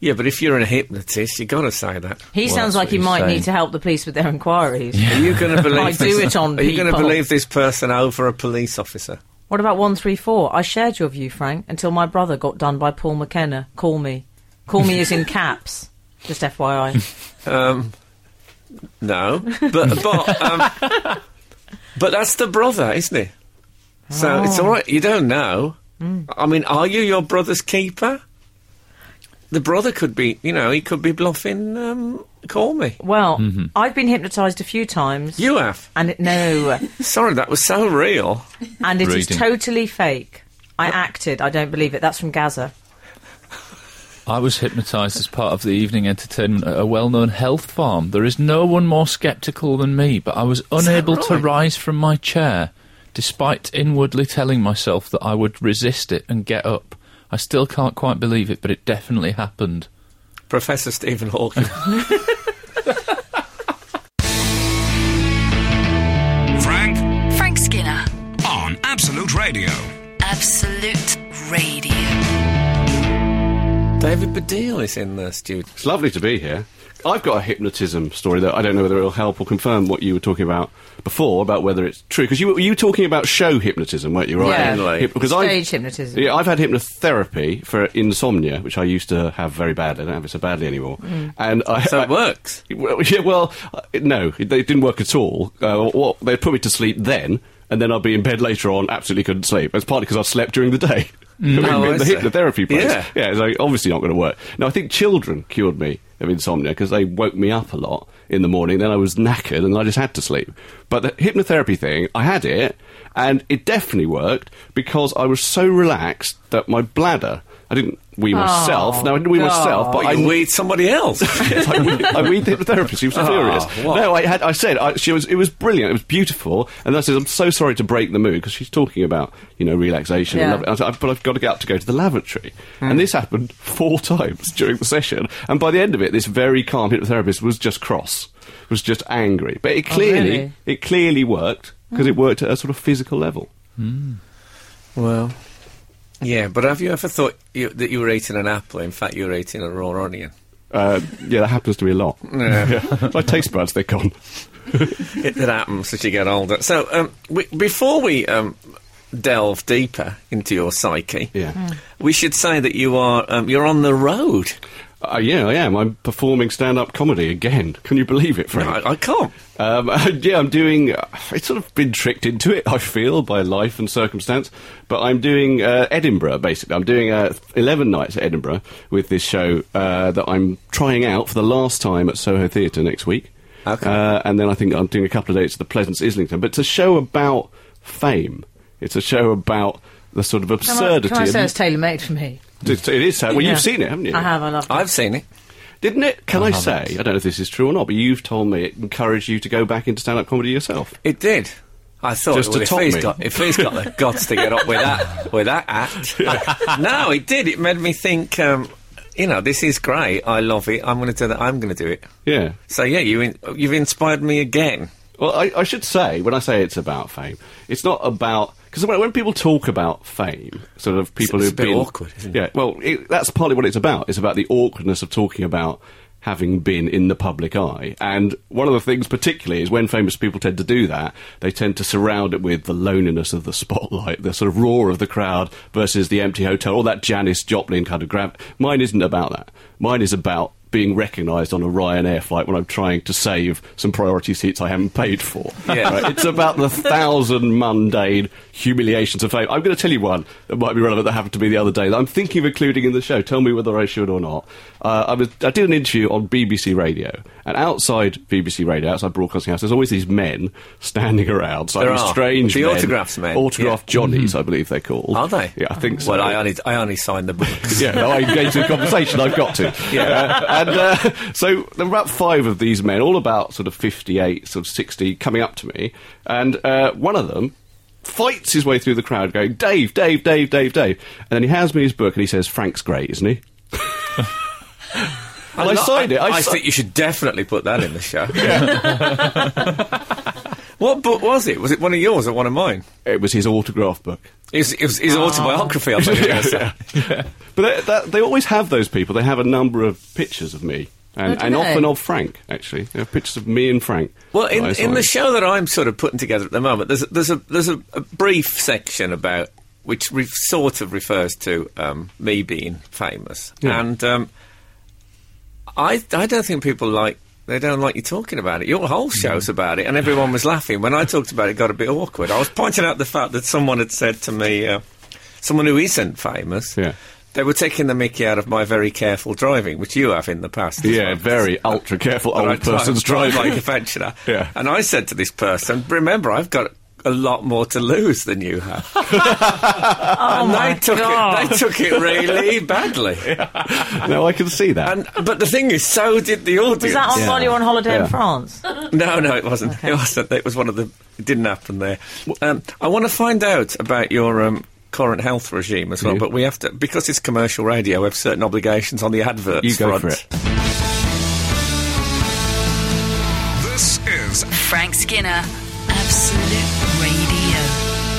S2: Yeah, but if you're a hypnotist, you got to say [LAUGHS] that.
S4: He
S3: Well,
S4: sounds
S3: that's
S4: like
S3: what
S4: he
S3: he's
S4: might
S3: saying.
S4: need to help the police with their inquiries.
S2: Are you going to believe?
S4: I do
S2: this-
S4: it on
S2: Are you going to
S4: people.
S2: believe this person over a police officer?
S4: What about 134? I shared your view, Frank, until my brother got done by Paul McKenna. Call me. Call
S2: [LAUGHS]
S4: me is in caps. Just FYI.
S2: Um, no, but but um, but that's the brother, isn't it? So it's all right. You don't know. I mean, are you your brother's keeper? The brother could be, you know, he could be bluffing. Um, call me.
S4: Well,
S2: Mm-hmm.
S4: I've been hypnotised a few times.
S2: You have.
S4: And it, no.
S2: Sorry, that was so real.
S4: and it is
S3: Reading.
S4: totally fake. I acted. I don't believe it. That's from Gaza.
S3: I was hypnotised as part of the evening entertainment at a well known health farm. There is no one more sceptical than me, but I was unable to
S2: right?
S3: rise from my chair, despite inwardly telling myself that I would resist it and get up. I still can't quite believe it, but it definitely happened.
S2: Professor Stephen Hawking. David Baddiel is in the studio.
S6: It's lovely to be here. I've got a hypnotism story that I don't know whether it'll help or confirm what you were talking about before about whether it's true. Because you were you were talking about show hypnotism, weren't you? Right?
S4: Yeah.
S2: Mainly.
S6: Hyp- because I've-
S4: Stage hypnotism.
S6: Yeah, I've had hypnotherapy for insomnia, which I used to have very badly. I don't have it so badly anymore.
S4: Mm.
S6: And I,
S2: So
S6: I- [LAUGHS]
S2: it works.
S6: well, yeah, well, uh, no, it, it didn't work at all. Uh, what, they'd put me to sleep then, and then I'd be in bed later on, absolutely couldn't sleep. It's partly because I slept during the day. [LAUGHS] I mean,
S2: Oh, I
S6: the
S2: see.
S6: hypnotherapy place.
S2: Yeah.
S6: it's like, obviously not going to work. No, I think children cured me of insomnia because they woke me up a lot in the morning. Then I was knackered and I just had to sleep. But the hypnotherapy thing, I had it, and it definitely worked because I was so relaxed that my bladder. I didn't wee myself. no, I didn't wee myself, but
S2: But
S6: I
S2: Oh, you weed somebody else.
S6: yes, I weed, I weed hypnotherapist. She was
S2: Oh,
S6: furious.
S2: what?
S6: No, I had. I said I, she was. It was brilliant. It was beautiful. And I said, I'm so sorry to break the mood because she's talking about you know relaxation.
S4: Yeah. Hmm.
S6: And love, I said, "I've- but I've got to get up to go to the lavatory. And this happened four [LAUGHS] times during the session. And by the end of it, this very calm hypnotherapist was just cross, was just angry. But it
S4: Oh,
S6: clearly,
S4: really?
S6: it clearly worked because it worked at a sort of physical level.
S2: well, yeah, but have you ever thought you, that you were eating an apple? In fact, you were eating a raw onion.
S6: Uh, yeah, that happens to me a lot. Yeah. [LAUGHS] My taste buds, they're gone.
S2: it, it happens as you get older. So, um, we, before we um, delve deeper into your psyche,
S6: Yeah. Mm.
S2: we should say that you are um, you're on the road.
S6: Uh, yeah, I am. I'm performing stand-up comedy again. Can you believe it, Frank?
S2: I, I can't.
S6: Um, [LAUGHS] yeah, I'm doing. It's sort of been tricked into it, I feel, by life and circumstance. But I'm doing uh, Edinburgh, basically. I'm doing uh, 11 nights at Edinburgh with this show uh, that I'm trying out for the last time at Soho Theatre next week.
S2: Okay.
S6: Uh, and then I think I'm doing a couple of dates at the Pleasance Islington. But it's a show about fame. It's a show about the sort of
S4: Can I,
S6: absurdity.
S4: can I say it's
S6: of,
S4: tailor made for me?
S6: it is. uh, Well,
S4: Yeah. Uh-huh.
S6: you've seen it, haven't you?
S4: I have. I love it.
S2: I've seen it.
S6: Didn't it? Can I,
S3: haven't.
S6: say? I don't know if this is true or not, but you've told me it encouraged you to go back into stand-up comedy yourself.
S2: It did. I thought
S6: Just to
S2: well, if,
S6: top
S2: he's
S6: me.
S2: got, if he's got
S6: [LAUGHS]
S2: the guts to get up with that with that act, no, it did. It made me think. Um, you know, this is great. I love it. I'm going to do that. I'm going to do it.
S6: Yeah.
S2: So yeah, you in, you've inspired me again.
S6: Well, I, I should say when I say it's about fame, it's not about because when, when people talk about fame, sort of people
S2: It's- it's
S6: who've
S2: a bit
S6: been
S2: awkward, isn't it?
S6: Yeah. Well, it, that's partly what it's about. It's about the awkwardness of talking about having been in the public eye. And one of the things, particularly, is when famous people tend to do that, they tend to surround it with the loneliness of the [LAUGHS] spotlight, the sort of roar of the crowd versus the empty hotel, or that Janis Joplin kind of grab. Mine isn't about that. Mine is about being recognised on a Ryanair flight when I'm trying to save some priority seats I haven't paid for.
S2: Yeah.
S6: Right? It's about the thousand mundane humiliations of fame. I'm going to tell you one that might be relevant that happened to me the other day that I'm thinking of including in the show. Tell me whether I should or not. Uh, I, was, I did an interview on BBC Radio, and outside BBC Radio, outside Broadcasting House, there's always these men standing around, so
S2: There
S6: these
S2: are.
S6: strange
S2: The
S6: men,
S2: autographs men, Mm-hmm.
S6: autograph Johnnies, I believe they're called.
S2: Are they?
S6: Yeah, I think so
S2: Well, I only I only signed the books.
S6: [LAUGHS] yeah, no, I engage in conversation. I've
S2: [LAUGHS]
S6: got to. Yeah, and uh, so there were about five of these men, all about sort of fifty-eight, sort of sixty, coming up to me, and uh, one of them fights his way through the crowd, going, "Dave, Dave, Dave, Dave, Dave," and then he hands me his book and he says, "Frank's great,
S2: [LAUGHS]
S6: isn't he?" and I,
S2: lo-
S6: signed it. I,
S2: I,
S6: si-
S2: think you should definitely put that in the show. what book was it? Was it one of yours or one of mine?
S6: it was his autograph book.
S2: It was, it was his autobiography. I think.
S6: Yeah, yeah. But they, that, they always have those people. They have a number of pictures of me.
S4: Oh,
S6: And,
S4: do
S6: and
S4: they?
S6: often of Frank, actually. They have pictures of me and Frank.
S2: Well,
S6: that
S2: in,
S6: I
S2: in the
S6: signed.
S2: show that I'm sort of putting together at the moment, there's a, there's a there's a, a brief section about which re- sort of refers to um, me being famous,
S6: Yeah.
S2: and um, I I don't think people like. They don't like you talking about it. Your whole
S6: Mm-hmm.
S2: show's about it, and everyone was laughing. When I talked about it, it got a bit awkward. I was pointing out the fact that someone had said to me, uh, someone who isn't famous,
S6: Yeah.
S2: they were taking the mickey out of my very careful driving, which you have in the past. as
S6: Yeah,
S2: well.
S6: very ultra careful
S2: But I
S6: old
S2: drive-
S6: person's
S2: drive
S6: driving.
S2: like a pensioner.
S6: Yeah.
S2: And I said to this person, remember, I've got a lot more to lose than you have.
S4: [LAUGHS]
S2: and
S4: Oh my
S2: they took
S4: God.
S2: it they took it really
S6: [LAUGHS]
S2: badly.
S6: no, I can see that.
S2: And but the thing is, so did the audience.
S4: Was that on
S6: Yeah.
S4: while you were on holiday
S6: Yeah.
S4: in
S6: [LAUGHS]
S4: France?
S2: No, no, it wasn't. It wasn't. It was one of the. It didn't happen there. Um, I want to find out about your um, current health regime as well,
S6: Yeah.
S2: but we have to because it's commercial radio. We have certain obligations on the adverts.
S6: You go
S2: front.
S6: for it.
S5: This is
S1: Frank Skinner, Absolute Radio.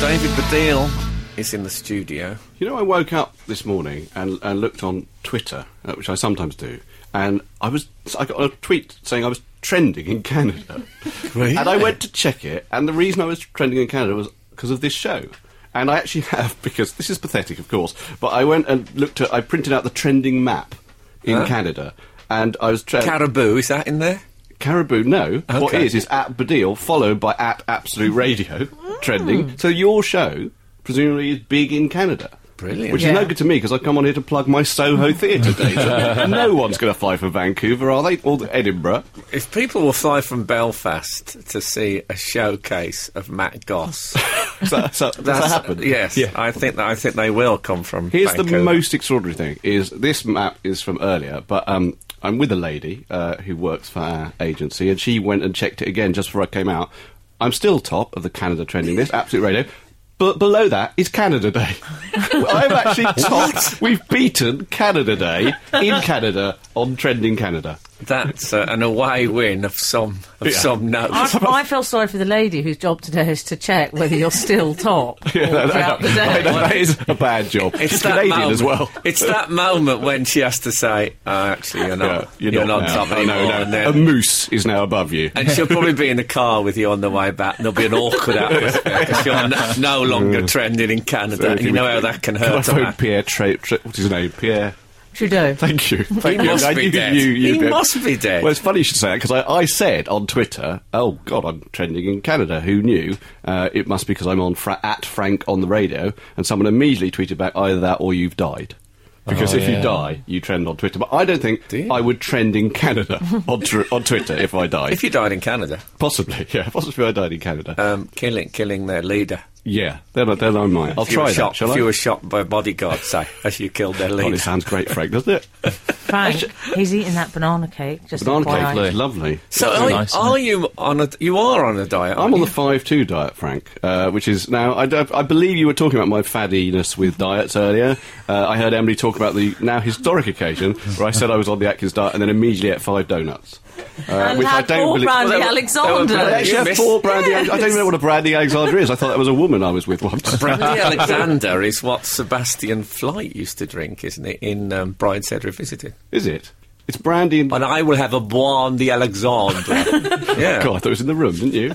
S2: David Baddiel It's in the studio.
S6: You know, I woke up this morning and, and looked on Twitter, uh, which I sometimes do, and I was I got a tweet saying I was trending in Canada,
S2: [LAUGHS] Really?
S6: and I went to check it, and the reason I was trending in Canada was because of this show. And I actually [LAUGHS] have because this is pathetic, of course. But I went and looked at. I printed out the trending map in
S2: Huh?
S6: Canada, and I was trending.
S2: Caribou, is that in there?
S6: Caribou, no. What
S2: Okay.
S6: is is at Badil, followed by at Absolute Radio, trending. So your show, presumably, is big in Canada.
S2: Brilliant.
S6: Which is no good to me because I've come on here to plug my Soho Theatre data. no one's going to fly for Vancouver, are they? Or Edinburgh.
S2: If people will fly from Belfast to see a showcase of Matt
S6: [LAUGHS]
S2: Goss,
S6: So, so, does uh, that
S2: that's-
S6: happen?
S2: Yes,
S6: Yeah.
S2: I think that I think they will come from.
S6: Here's the
S2: Vancouver.
S6: most extraordinary thing: is this map is from earlier, but um, I'm with a lady uh, who works for our agency, and she went and checked it again just before I came out. I'm still top of the Canada trending list, Absolute Radio. But below that is Canada Day. [LAUGHS] I'm actually top. We've beaten Canada Day in Canada on trending Canada.
S2: That's uh, an away win of some of
S6: Yeah.
S2: some
S6: [LAUGHS]
S2: note.
S4: I, I feel sorry for the lady whose job today is to check whether you're still top
S6: [LAUGHS]
S4: all throughout the
S6: I know,
S4: day.
S6: that is a bad job. It's She's
S2: that
S6: Canadian
S2: moment-
S6: as well.
S2: It's that moment when she has to say, oh, "Actually, you're not.
S6: Yeah,
S2: you're,
S6: not
S2: not,
S6: now.
S2: top
S6: Oh,
S2: anymore."
S6: no, no.
S2: And, then-
S6: A moose is now above you.
S2: and she'll probably be in the car with you on the way back. and There'll be an
S6: [LAUGHS]
S2: awkward atmosphere because you're no, no longer trending in Canada, and you know how that can
S6: Can I
S2: hurt. a
S6: phone
S2: man.
S6: Pierre? Tra- Tra- what's his name? Pierre.
S4: Trudeau.
S6: [LAUGHS] Thank you. Thank
S2: He
S6: you.
S2: must
S6: I
S2: be
S6: knew
S2: dead.
S6: you- you
S2: He
S6: did.
S2: must be dead.
S6: Well, it's funny you should say that because I, I said on Twitter, "Oh God, I'm trending in Canada. Who knew? Uh, it must be because I'm on fra- at Frank on the radio." And someone immediately tweeted back, "Either that or you've died." Because
S3: Oh,
S6: if you
S3: yeah.
S6: die, you trend on Twitter. But I don't think I would trend in Canada [LAUGHS] on, tr- on Twitter if I died.
S2: If you died in Canada,
S6: possibly, [LAUGHS] yeah, possibly I died in Canada.
S2: um, killing killing their leader.
S6: yeah, then, I- then I might. I'll
S2: If you were
S6: try
S2: shot,
S6: that. Shall
S2: if
S6: I?
S2: you were shot by bodyguards, say, [LAUGHS] as you killed their
S6: God,
S2: leader.
S6: it sounds great, Frank, doesn't it?
S4: Frank, he's eating that banana cake. Just
S6: Banana cake,
S4: FYI.
S6: lovely. lovely.
S2: so
S3: It's
S2: are,
S3: nice,
S2: are you on a? You are on a diet.
S6: I'm
S2: aren't
S6: on
S2: you?
S6: the five-two diet, Frank, uh, which is now. I, don't- I believe you were talking about my faddiness with diets earlier. Uh, I heard Emily talk about the now historic occasion where I said I was on the Atkins diet and then immediately ate five donuts, uh,
S4: And had poor Brandy
S2: Well, they were- they
S4: Alexander.
S2: were
S6: I actually
S2: You
S6: had
S2: missed-
S6: four brandy. I don't even know what a brandy Alexander is. I thought that was a woman I was with once.
S2: Brandy Alexander is what Sebastian Flight used to drink, isn't it? In um, Brideshead Revisited.
S6: is it? It's brandy and.
S2: And I will have a Brandy Alexander.
S6: [LAUGHS]
S2: yeah,
S6: God, I thought it was in the room, didn't you?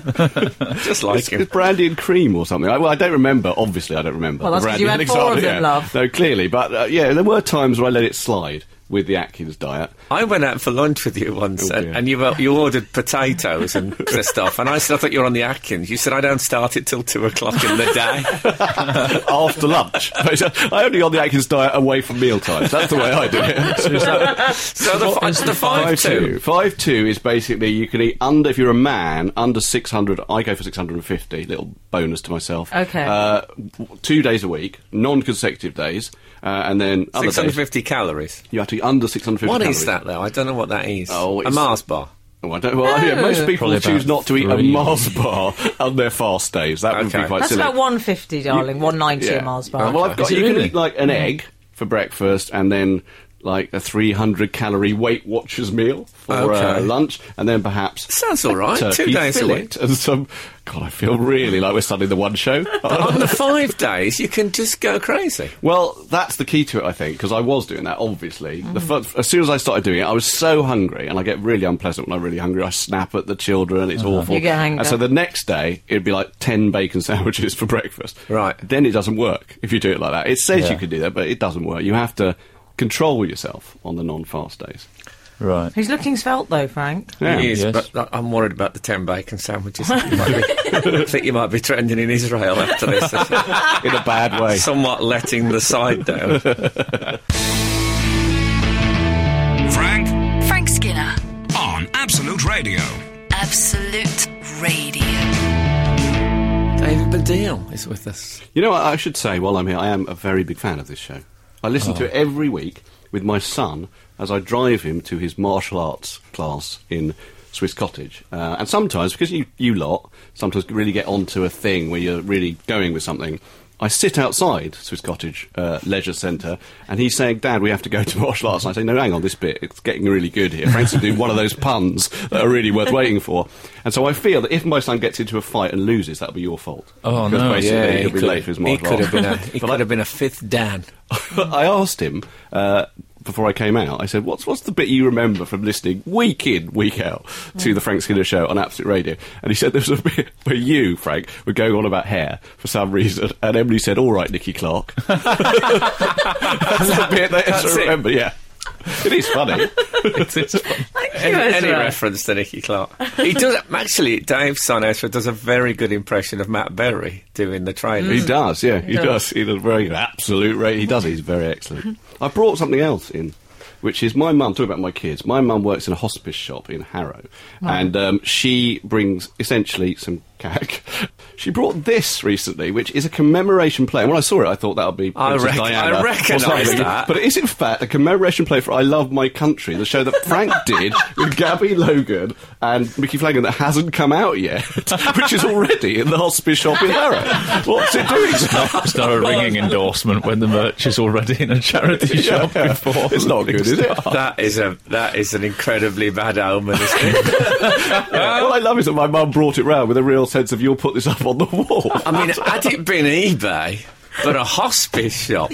S2: just like
S6: It's,
S2: him.
S6: it's brandy and cream or something. I, well, I don't remember. Obviously, I don't remember.
S4: Well, that's
S6: The
S4: 'cause you
S6: brandy
S4: had four of
S6: Alexander,
S4: them,
S6: yeah.
S4: love.
S6: No, clearly, but uh, yeah, there were times where I let it slide with the Atkins diet.
S2: I went out for lunch with you once,
S6: Oh,
S2: and,
S6: dear.
S2: and you were- you ordered potatoes
S6: [LAUGHS]
S2: and stuff. And I said, I thought you were on the Atkins. You said, I don't start it till two o'clock in the
S6: [LAUGHS]
S2: day.
S6: after lunch. [LAUGHS] uh, I only on the Atkins diet away from meal times. That's the way I do
S4: [LAUGHS]
S6: it.
S2: so the, fi- the five two.
S6: Five two is basically you can eat under if you're a man under six hundred. I go for six hundred and fifty. Little bonus to myself.
S4: Okay.
S6: Uh, w- two days a week, non-consecutive days, uh, and then other
S2: Six hundred
S6: days
S2: fifty calories.
S6: you have to eat under six hundred fifty.
S2: What is that though? I don't know what that is.
S6: Oh,
S2: a
S6: it's-
S2: Mars bar.
S6: Oh, I don't, well, yeah, most people
S3: Probably
S6: choose
S3: about
S6: not to eat a
S3: three.
S6: Mars bar on their fast days. That would be
S2: Okay.
S6: quite
S4: That's
S6: silly.
S4: about 150, darling. 190 a Mars bar.
S6: Uh, well, I've got,
S3: Is it
S6: you can
S3: really?
S6: eat like an egg for breakfast and then like a 300 calorie Weight Watchers meal for uh,
S2: Okay.
S6: lunch, and then perhaps.
S2: Sounds all right.
S6: Turkey
S2: Two days a
S6: fillet
S2: week.
S6: and some. God, I feel really like we're starting the one show.
S2: [LAUGHS] On the five days, you can just go crazy.
S6: Well, that's the key to it, I think, because I was doing that, obviously. The fir- as soon as I started doing it, I was so hungry, and I get really unpleasant when I'm really hungry. I snap at the children, it's awful.
S4: You get hanged
S6: and so
S4: up.
S6: the next day, it'd be like 10 bacon [LAUGHS] sandwiches for breakfast.
S2: Right.
S6: Then it doesn't work if you do it like that. It says
S3: Yeah.
S6: you can do that, but it doesn't work. You have to control yourself on the non fast days.
S3: Right.
S4: He's looking svelte, though, Frank.
S6: Yeah.
S2: He is,
S3: Yes.
S2: but I- I'm worried about the 10 bacon sandwiches. You might be- I think you might be trending in Israel after this.
S6: In a bad
S2: [LAUGHS]
S6: way.
S2: Somewhat letting the side down.
S5: Frank
S1: Frank Skinner,
S5: on Absolute Radio.
S1: Absolute Radio.
S2: David Baddiel is with us.
S6: You know what I should say while I'm here? I am a very big fan of this show. I listen to it every week with my son as I drive him to his martial arts class in Swiss Cottage. Uh, and sometimes, because you, you lot sometimes really get onto a thing where you're really going with something, I sit outside Swiss Cottage uh, Leisure Centre, and he's saying, "Dad, we have to go to [LAUGHS] martial arts." And I say, "No, hang on, this bit it's getting really good here." Frank's doing one of those puns that are really worth waiting for, and so I feel that if my son gets into a fight and loses, that'll be your fault.
S3: Oh,
S6: Because
S3: no,
S6: basically
S3: yeah,
S6: he'll
S3: he
S6: be late for his
S2: he
S6: martial
S2: could
S6: arts.
S2: have been a, he could have been a fifth Dan.
S6: [LAUGHS] I asked him uh, before I came out. I said, "What's what's the bit you remember from listening week in, week out to the Frank Skinner show on Absolute Radio?" And he said, "There was a bit [LAUGHS] where you, Frank, were going on about hair for some reason." And Emily said, "All right, Nicky Clark." [LAUGHS] that's the bit that
S2: That's
S6: I
S2: it.
S6: remember. Yeah, it is funny.
S4: Thank you,
S2: Any, any
S4: Ezra.
S2: reference to Nicky Clark. He does actually. Dave Son Ezra does a very good impression of Matt Berry doing the trailer.
S6: he does. Yeah, he
S4: does.
S6: does. He does very absolute rate. He does. He's very excellent. I brought something else in. Which is my mum, talking about my kids. My mum works in a hospice shop in Harrow, and um, she brings essentially some cack. [LAUGHS] She brought this recently, which is a commemoration plate. And when I saw it, I thought that would be
S2: I
S6: Princess
S2: rec- I
S6: Diana. or
S2: recognise
S6: something.
S2: that.
S6: But it is, in fact, a commemoration play for I Love My Country, the show that
S2: [LAUGHS]
S6: Frank did with Gabby Logan and Mickey Flanagan that hasn't come out yet, [LAUGHS] which is already in the hospice shop in Harrow. What's it doing? Sam?
S3: It's not a ringing endorsement when the merch is already in a charity shop
S6: [LAUGHS] Yeah.
S3: before.
S6: It's not good, is
S2: [LAUGHS]
S6: it?
S2: That is a that is an incredibly bad omen. Isn't it?
S6: What I love is that my mum brought it round with a real sense of you'll put this up on the wall.
S2: [LAUGHS] I mean, had it been eBay, but a hospice shop,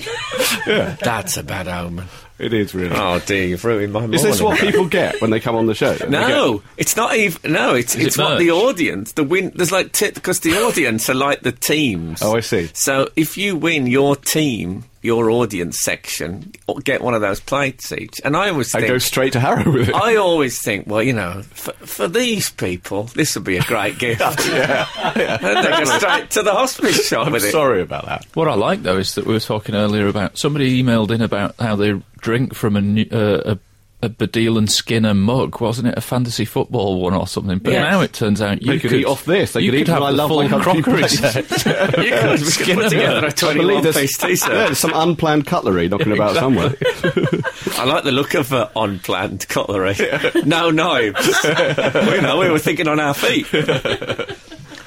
S2: that's a bad omen.
S6: [LAUGHS] it is really.
S2: Oh dear, you've ruined my morning.
S6: Is this what people get when they come on the show? They
S2: No, it's not even. No, it's
S3: it
S2: it's what the
S3: merch?
S2: audience, the win. There's like because the audience are like the teams.
S6: Oh, I see.
S2: So if you win your team, your audience section, or get one of those plates each. And I always
S6: get-
S2: think
S6: I go straight to Harrow with it.
S2: I always think, well, you know, for, for these people, this would be a great gift. yeah, and they go straight to the hospice shop
S6: I'm
S2: with it.
S6: sorry about that.
S3: What I like though is that we were talking earlier about somebody emailed in about how they drink from a new, uh, a, a Badil and Skinner mug, wasn't it? A fantasy football one or something. But
S2: Yes.
S3: now it turns out you
S6: They could eat off this, they
S3: you
S6: could eat
S3: have
S6: from I
S3: the
S6: Love
S3: full
S6: My Country
S3: crockery [LAUGHS]
S6: plate. [LAUGHS]
S3: set.
S2: You could we could
S3: Skinner.
S2: put together a
S6: I believe
S2: 21 piece t
S6: [LAUGHS] yeah,
S2: shirt.
S6: there's some unplanned cutlery knocking about somewhere.
S2: I like the look of uh, unplanned cutlery. no knives. [LAUGHS] you know, we were thinking on our feet.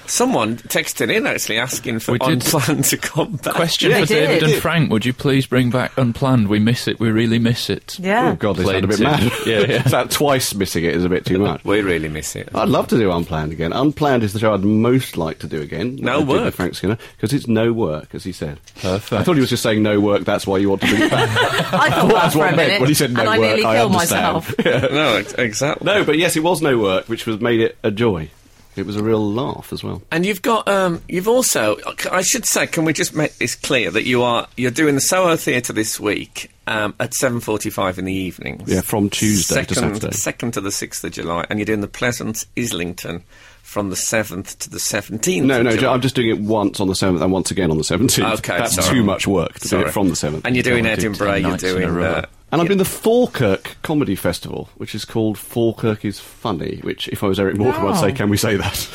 S2: Someone texted in actually asking for
S3: We did-
S2: unplanned [LAUGHS] to come back.
S3: Question
S4: Yeah,
S3: for
S4: they
S3: David
S4: did.
S3: and Frank: Would you please bring back Unplanned? We miss it. We really miss it.
S4: Yeah.
S6: Oh God, they sound a bit mad.
S3: Plaintive. Yeah, yeah.
S6: [LAUGHS] that twice missing it is a bit too much.
S2: We really miss it.
S6: I'd love to do Unplanned again. Unplanned is the show I'd most like to do again.
S2: No
S6: I did with
S2: work.
S6: Frank Skinner, because it's no work, as he said.
S3: Perfect.
S6: I thought he was just saying no work. That's why you want to bring it back.
S4: I thought
S6: [LAUGHS] That's
S4: that for
S6: what I
S4: a
S6: meant
S4: minute,
S6: when he said no
S4: and I
S6: word,
S4: nearly
S6: I
S4: killed
S6: understand.
S4: myself.
S2: no, ex- exactly.
S6: [LAUGHS] no, but yes, it was no work, which was made it a joy. It was a real laugh as well.
S2: And you've got, um, you've also, I should say, can we just make this clear that you are, you're doing the Soho Theatre this week um, at 7.45 in the evenings.
S6: Yeah, from Tuesday to
S2: second,
S6: Saturday.
S2: 2nd to the 6th of July, and you're doing the Pleasance Islington from the 7th to the 17th
S6: No,
S2: of
S6: no,
S2: July.
S6: I'm just doing it once on the seventh and once again on the seventeenth.
S2: Okay,
S6: that's
S2: sorry.
S6: too much work to do
S2: Sorry.
S6: it from the seventh.
S2: And you're doing
S3: Oh, I did
S2: Edinburgh,
S3: ten
S2: you're
S3: nights in a
S2: doing...
S3: row.
S2: Uh,
S6: And I'm doing the Falkirk Comedy Festival, which is called Falkirk is Funny, which if I was Eric Morecambe, I'd say,
S4: Oh.
S6: can we say that?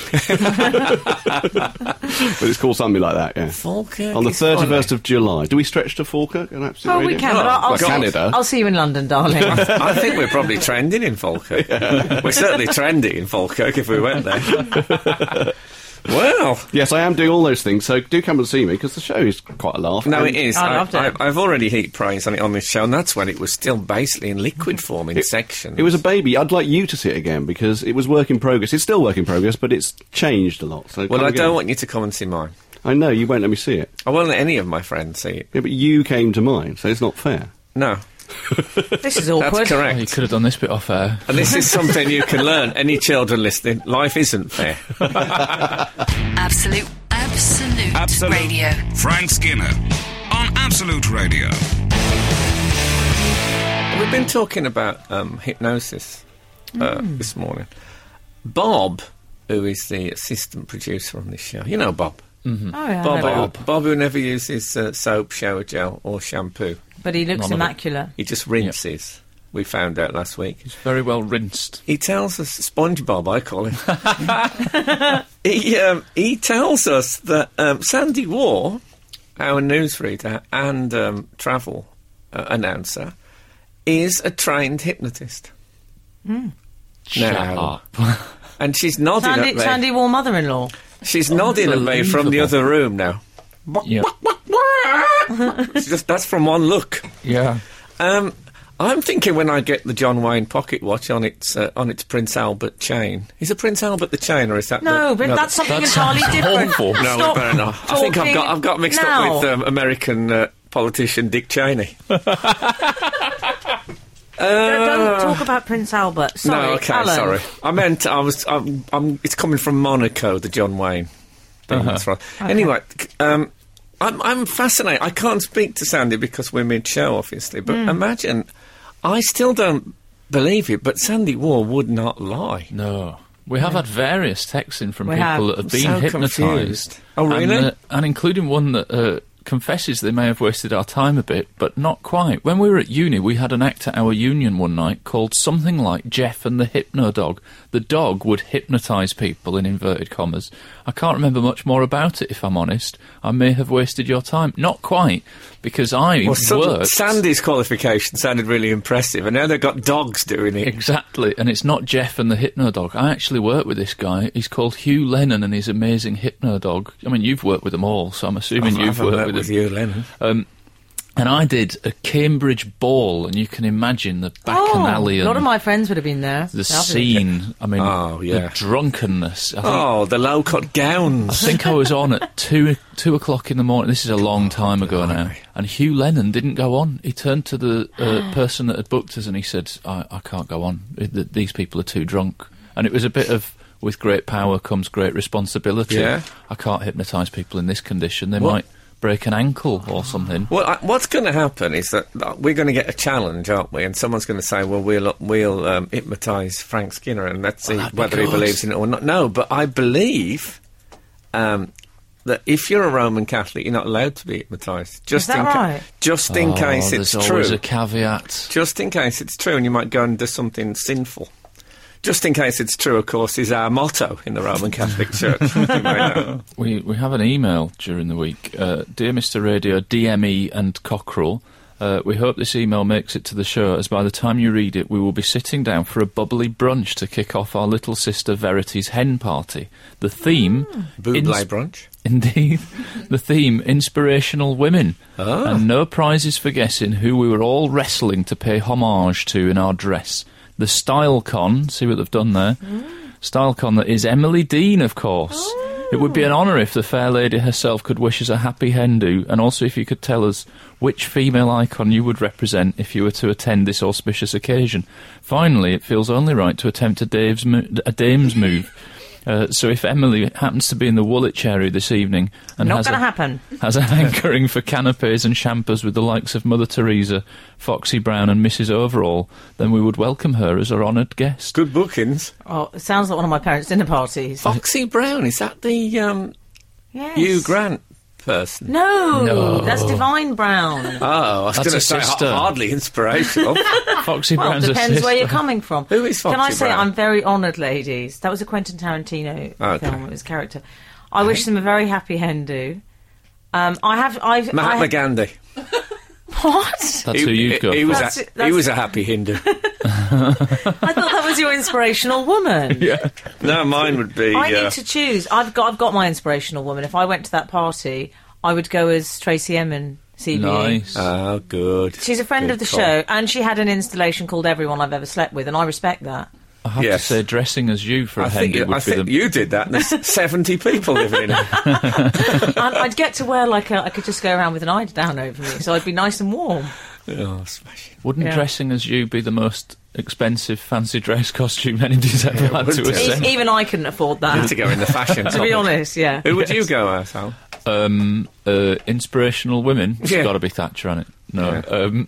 S6: but it's called something like that, yeah.
S2: Falkirk
S6: On the
S2: is funny.
S6: 31st of July. Do we stretch to Falkirk? An absolute
S4: Oh, we
S6: radio?
S4: can. but I'll, I'll,
S6: Like
S4: see,
S6: Canada.
S4: I'll see you in London, darling.
S2: I think we're probably trending in
S6: [LAUGHS]
S2: Falkirk. We're certainly trending in Falkirk if we went there.
S6: [LAUGHS]
S2: well...
S6: Yes, I am doing all those things, so do come and see me, because the show is quite a laugh.
S2: No, it
S6: And
S2: is.
S4: I loved it.
S2: have already heaped praise on it on this show, and that's when it was still basically in
S4: Mm-hmm.
S2: liquid form in sections.
S6: It was a baby. I'd like you to see it again, because it was work in progress. It's still work in progress, but it's changed a lot. So
S2: Well,
S6: come
S2: I
S6: again.
S2: don't want you to come and see mine.
S6: I know, you won't let me see it.
S2: I won't let any of my friends see it.
S6: Yeah, but you came to mine, so it's not fair.
S2: No,
S4: this is
S2: that's
S4: awkward.
S3: Oh, you
S2: correct.
S3: could have done this bit off air.
S2: And this is something you can learn.
S4: [LAUGHS]
S2: Any children listening, life isn't fair.
S1: Absolute, absolute,
S5: Absolute.
S1: radio.
S5: Frank Skinner on Absolute Radio.
S2: We've been talking about um, hypnosis uh,
S4: Mm.
S2: this morning. Bob, who is the assistant producer on this show, you know Bob.
S4: Oh, yeah, I
S2: Bob,
S4: know.
S2: Bob, who never uses uh, soap, shower gel, or shampoo.
S4: But he looks
S3: None of it.
S4: immaculate.
S2: He just rinses. We found out last week.
S3: It's very well rinsed.
S2: He tells us, SpongeBob, I call him. [LAUGHS] he um, he tells us that um, Sandy War, our newsreader and um, travel uh, announcer, is a trained hypnotist,
S3: Shut
S2: Now.
S3: up.
S2: and she's nodding
S4: Hmm. Sandy,
S2: at me.
S4: Sandy Wall mother-in-law.
S2: She's nodding at me from the
S4: [LAUGHS]
S3: Unbelievable.
S2: other room now.
S3: [LAUGHS] yeah.
S2: It's just that's from one look.
S3: Yeah.
S2: Um, I'm thinking when I get the John Wayne pocket watch on its uh, on its Prince Albert chain. Is it Prince Albert the chain or is that
S4: No,
S2: the,
S4: but that's something
S3: that
S4: entirely
S3: sounds
S4: different.
S3: awful.
S2: no,
S4: Stop
S2: fair enough. I think I've
S4: talking
S2: got I've got mixed
S4: now.
S2: up with um, American uh, politician Dick Cheney.
S4: Don't- Don't talk about Prince Albert. Sorry,
S2: no, okay,
S4: Alan.
S2: sorry. I meant I was. I'm, I'm, it's coming from Monaco, the John Wayne thing. That's right. Anyway, c- um, I'm, I'm fascinated. I can't speak to Sandy because we're mid-show, obviously.
S4: Hmm.
S2: But imagine, I still don't believe it. But Sandy War would not lie.
S3: No. We have had various texts in from
S4: We
S3: people that
S4: have.
S3: have been
S2: So confused.
S3: hypnotised.
S2: Oh, really?
S3: And, uh, and including one that uh, confesses they may have wasted our time a bit, but not quite. When we were at uni, we had an act at our union one night called something like Jeff and the Hypno Dog. The dog would hypnotise people, in inverted commas. I can't remember much more about it, if I'm honest. I may have wasted your time. Not quite, because I
S2: Well, some-
S3: worked...
S2: Sandy's qualification sounded really impressive, and now they've got dogs doing
S3: [LAUGHS]
S2: it.
S3: Exactly, and it's not Jeff and the Hypno Dog. I actually work with this guy. He's called Hugh Lennon and his amazing Hypno Dog. I mean, you've worked with them all, so I'm assuming
S2: I've-
S3: you've
S2: I've
S3: worked
S2: worked
S3: with,
S2: with
S3: them.
S2: you, Lennon.
S3: Um, and I did a Cambridge ball, and you can imagine the
S4: Oh, a
S3: bacchanalian,
S4: lot of my friends would have been there.
S3: the
S4: Lovely.
S3: scene. I mean,
S2: Oh, yeah.
S3: the drunkenness. I think,
S2: Oh, the low-cut
S3: I
S2: gowns.
S3: think I was on at two two o'clock in the morning. This is a long time ago now. And Hugh Lennon didn't go on. He turned to the uh, person that had booked us and he said, "I, I can't go on. Th- th- These people are too drunk." And it was a bit of, "With great power comes great responsibility."
S2: Yeah.
S3: I can't hypnotise people in this condition. They might break an ankle or something.
S2: Well, I, what's going to happen is that uh, we're going to get a challenge, aren't we? And someone's going to say, "Well, we'll we'll um, hypnotise Frank Skinner and let's see
S3: Oh, that'd be
S2: whether he
S3: good.
S2: believes in it or not." No, but I believe um, that if you're a Roman Catholic, you're not allowed to be hypnotised. Just
S4: that
S2: in ca-
S4: right?
S2: just in
S3: Oh,
S2: case it's
S3: there's always
S2: true.
S3: a caveat.
S2: just in case it's true, and you might go and do something sinful. Just in case it's true, of course, is our motto in the Roman Catholic Church. You may know.
S3: We we have an email during the week, uh, dear Mr. Radio, DME and Cockerel. Uh, we hope this email makes it to the show, as by the time you read it, we will be sitting down for a bubbly brunch to kick off our little sister Verity's hen party. The theme,
S2: Buble
S3: ins-
S2: brunch.
S3: [LAUGHS] indeed, the theme, inspirational women, and no prizes for guessing who we were all wrestling to pay homage to in our dress. The style con, see what they've done there. Style con that is Emily Dean, of course. It would
S4: Oh.
S3: be an honour if the fair lady herself could wish us a happy Hindu, and also if you could tell us which female icon you would represent if you were to attend this auspicious occasion. Finally, it feels only right to attempt a, Dave's mo- a dame's move. Uh, so if Emily happens to be in the Woolwich area this evening and
S4: Not
S3: has
S4: gonna
S3: a-
S4: happen.
S3: has [LAUGHS] a hankering for canapes and champers with the likes of Mother Teresa, Foxy Brown, and Mrs. Overall, then we would welcome her as our honoured guest.
S2: Good bookings.
S4: Oh, it sounds like one of my parents' dinner parties.
S2: Foxy Brown is that the um,
S4: Yes.
S2: Hugh Grant person?
S4: No, that's Divine Brown.
S2: Oh, I was
S3: That's
S2: going to
S3: a
S2: say h-
S3: sister.
S2: hardly inspirational.
S3: Foxy
S4: well,
S3: Brown's
S4: depends
S3: assist-
S4: where you're coming from.
S2: Who is
S4: Can I
S2: Foxy
S4: say
S2: Brown? Ah,
S4: I'm very honoured, ladies? That was a Quentin Tarantino
S2: Okay.
S4: film. It was character. I wish them a very happy Hindu. Um, I have. I've, I
S2: Mahatma
S4: have,
S2: Gandhi.
S4: What?
S3: That's who you've got.
S2: He, was
S4: That's
S2: a,
S4: it, that's-
S2: he was a happy
S4: [LAUGHS]
S2: Hindu.
S4: I thought that was your
S2: [LAUGHS]
S4: inspirational woman.
S2: no, mine would be.
S4: I
S2: uh,
S4: need to choose. I've got. I've got my inspirational woman. If I went to that party, I would go as Tracy Emin. CBE.
S3: Nice.
S2: Oh, good.
S4: She's a friend
S2: Good
S4: of the
S2: call.
S4: show, and she had an installation called "Everyone I've Ever Slept With," and I respect that.
S3: I have
S2: yes.
S3: to say, dressing as you for a
S2: I think,
S3: Hendy
S2: you,
S3: would
S2: I
S3: be
S2: think
S3: the...
S2: you did that. and There's 70 people living in it.
S4: and I'd get to wear like a. I could just go around with an eider down over me, so I'd be nice and warm.
S2: Oh, smashing.
S3: Wouldn't
S4: Yeah.
S3: dressing as you be the most expensive fancy dress [LAUGHS] costume anybody's ever had
S2: would
S3: to
S2: do.
S4: E-
S3: assemble?
S4: even I couldn't afford
S2: Need
S4: that.
S2: to go in the fashion.
S4: to be honest, yeah.
S2: Who would you go as, Al?
S3: um, uh, inspirational women. It's
S2: Yeah.
S3: got to be Thatcher on it. No,
S2: Yeah.
S3: um,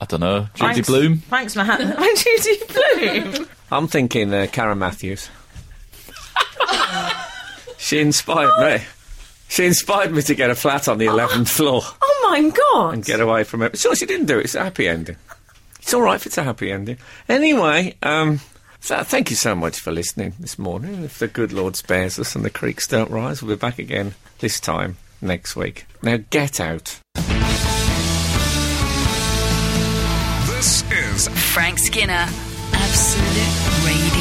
S3: I don't know. Judy
S4: Thanks-
S3: Bloom.
S4: Thanks, [LAUGHS] Manhattan. By Judy Bloom.
S2: I'm thinking uh, Karen Matthews. she inspired me. She inspired me to get a flat on the 11th floor
S4: [LAUGHS] Oh my god.
S2: and get away from it. Sure, she didn't do it. It's a happy ending. It's all right if it's a happy ending. Anyway, um, so thank you so much for listening this morning. If the good Lord spares us and the creeks don't rise, we'll be back again this time next week. Now get out.
S5: This is
S1: Frank Skinner, Absolute Radio.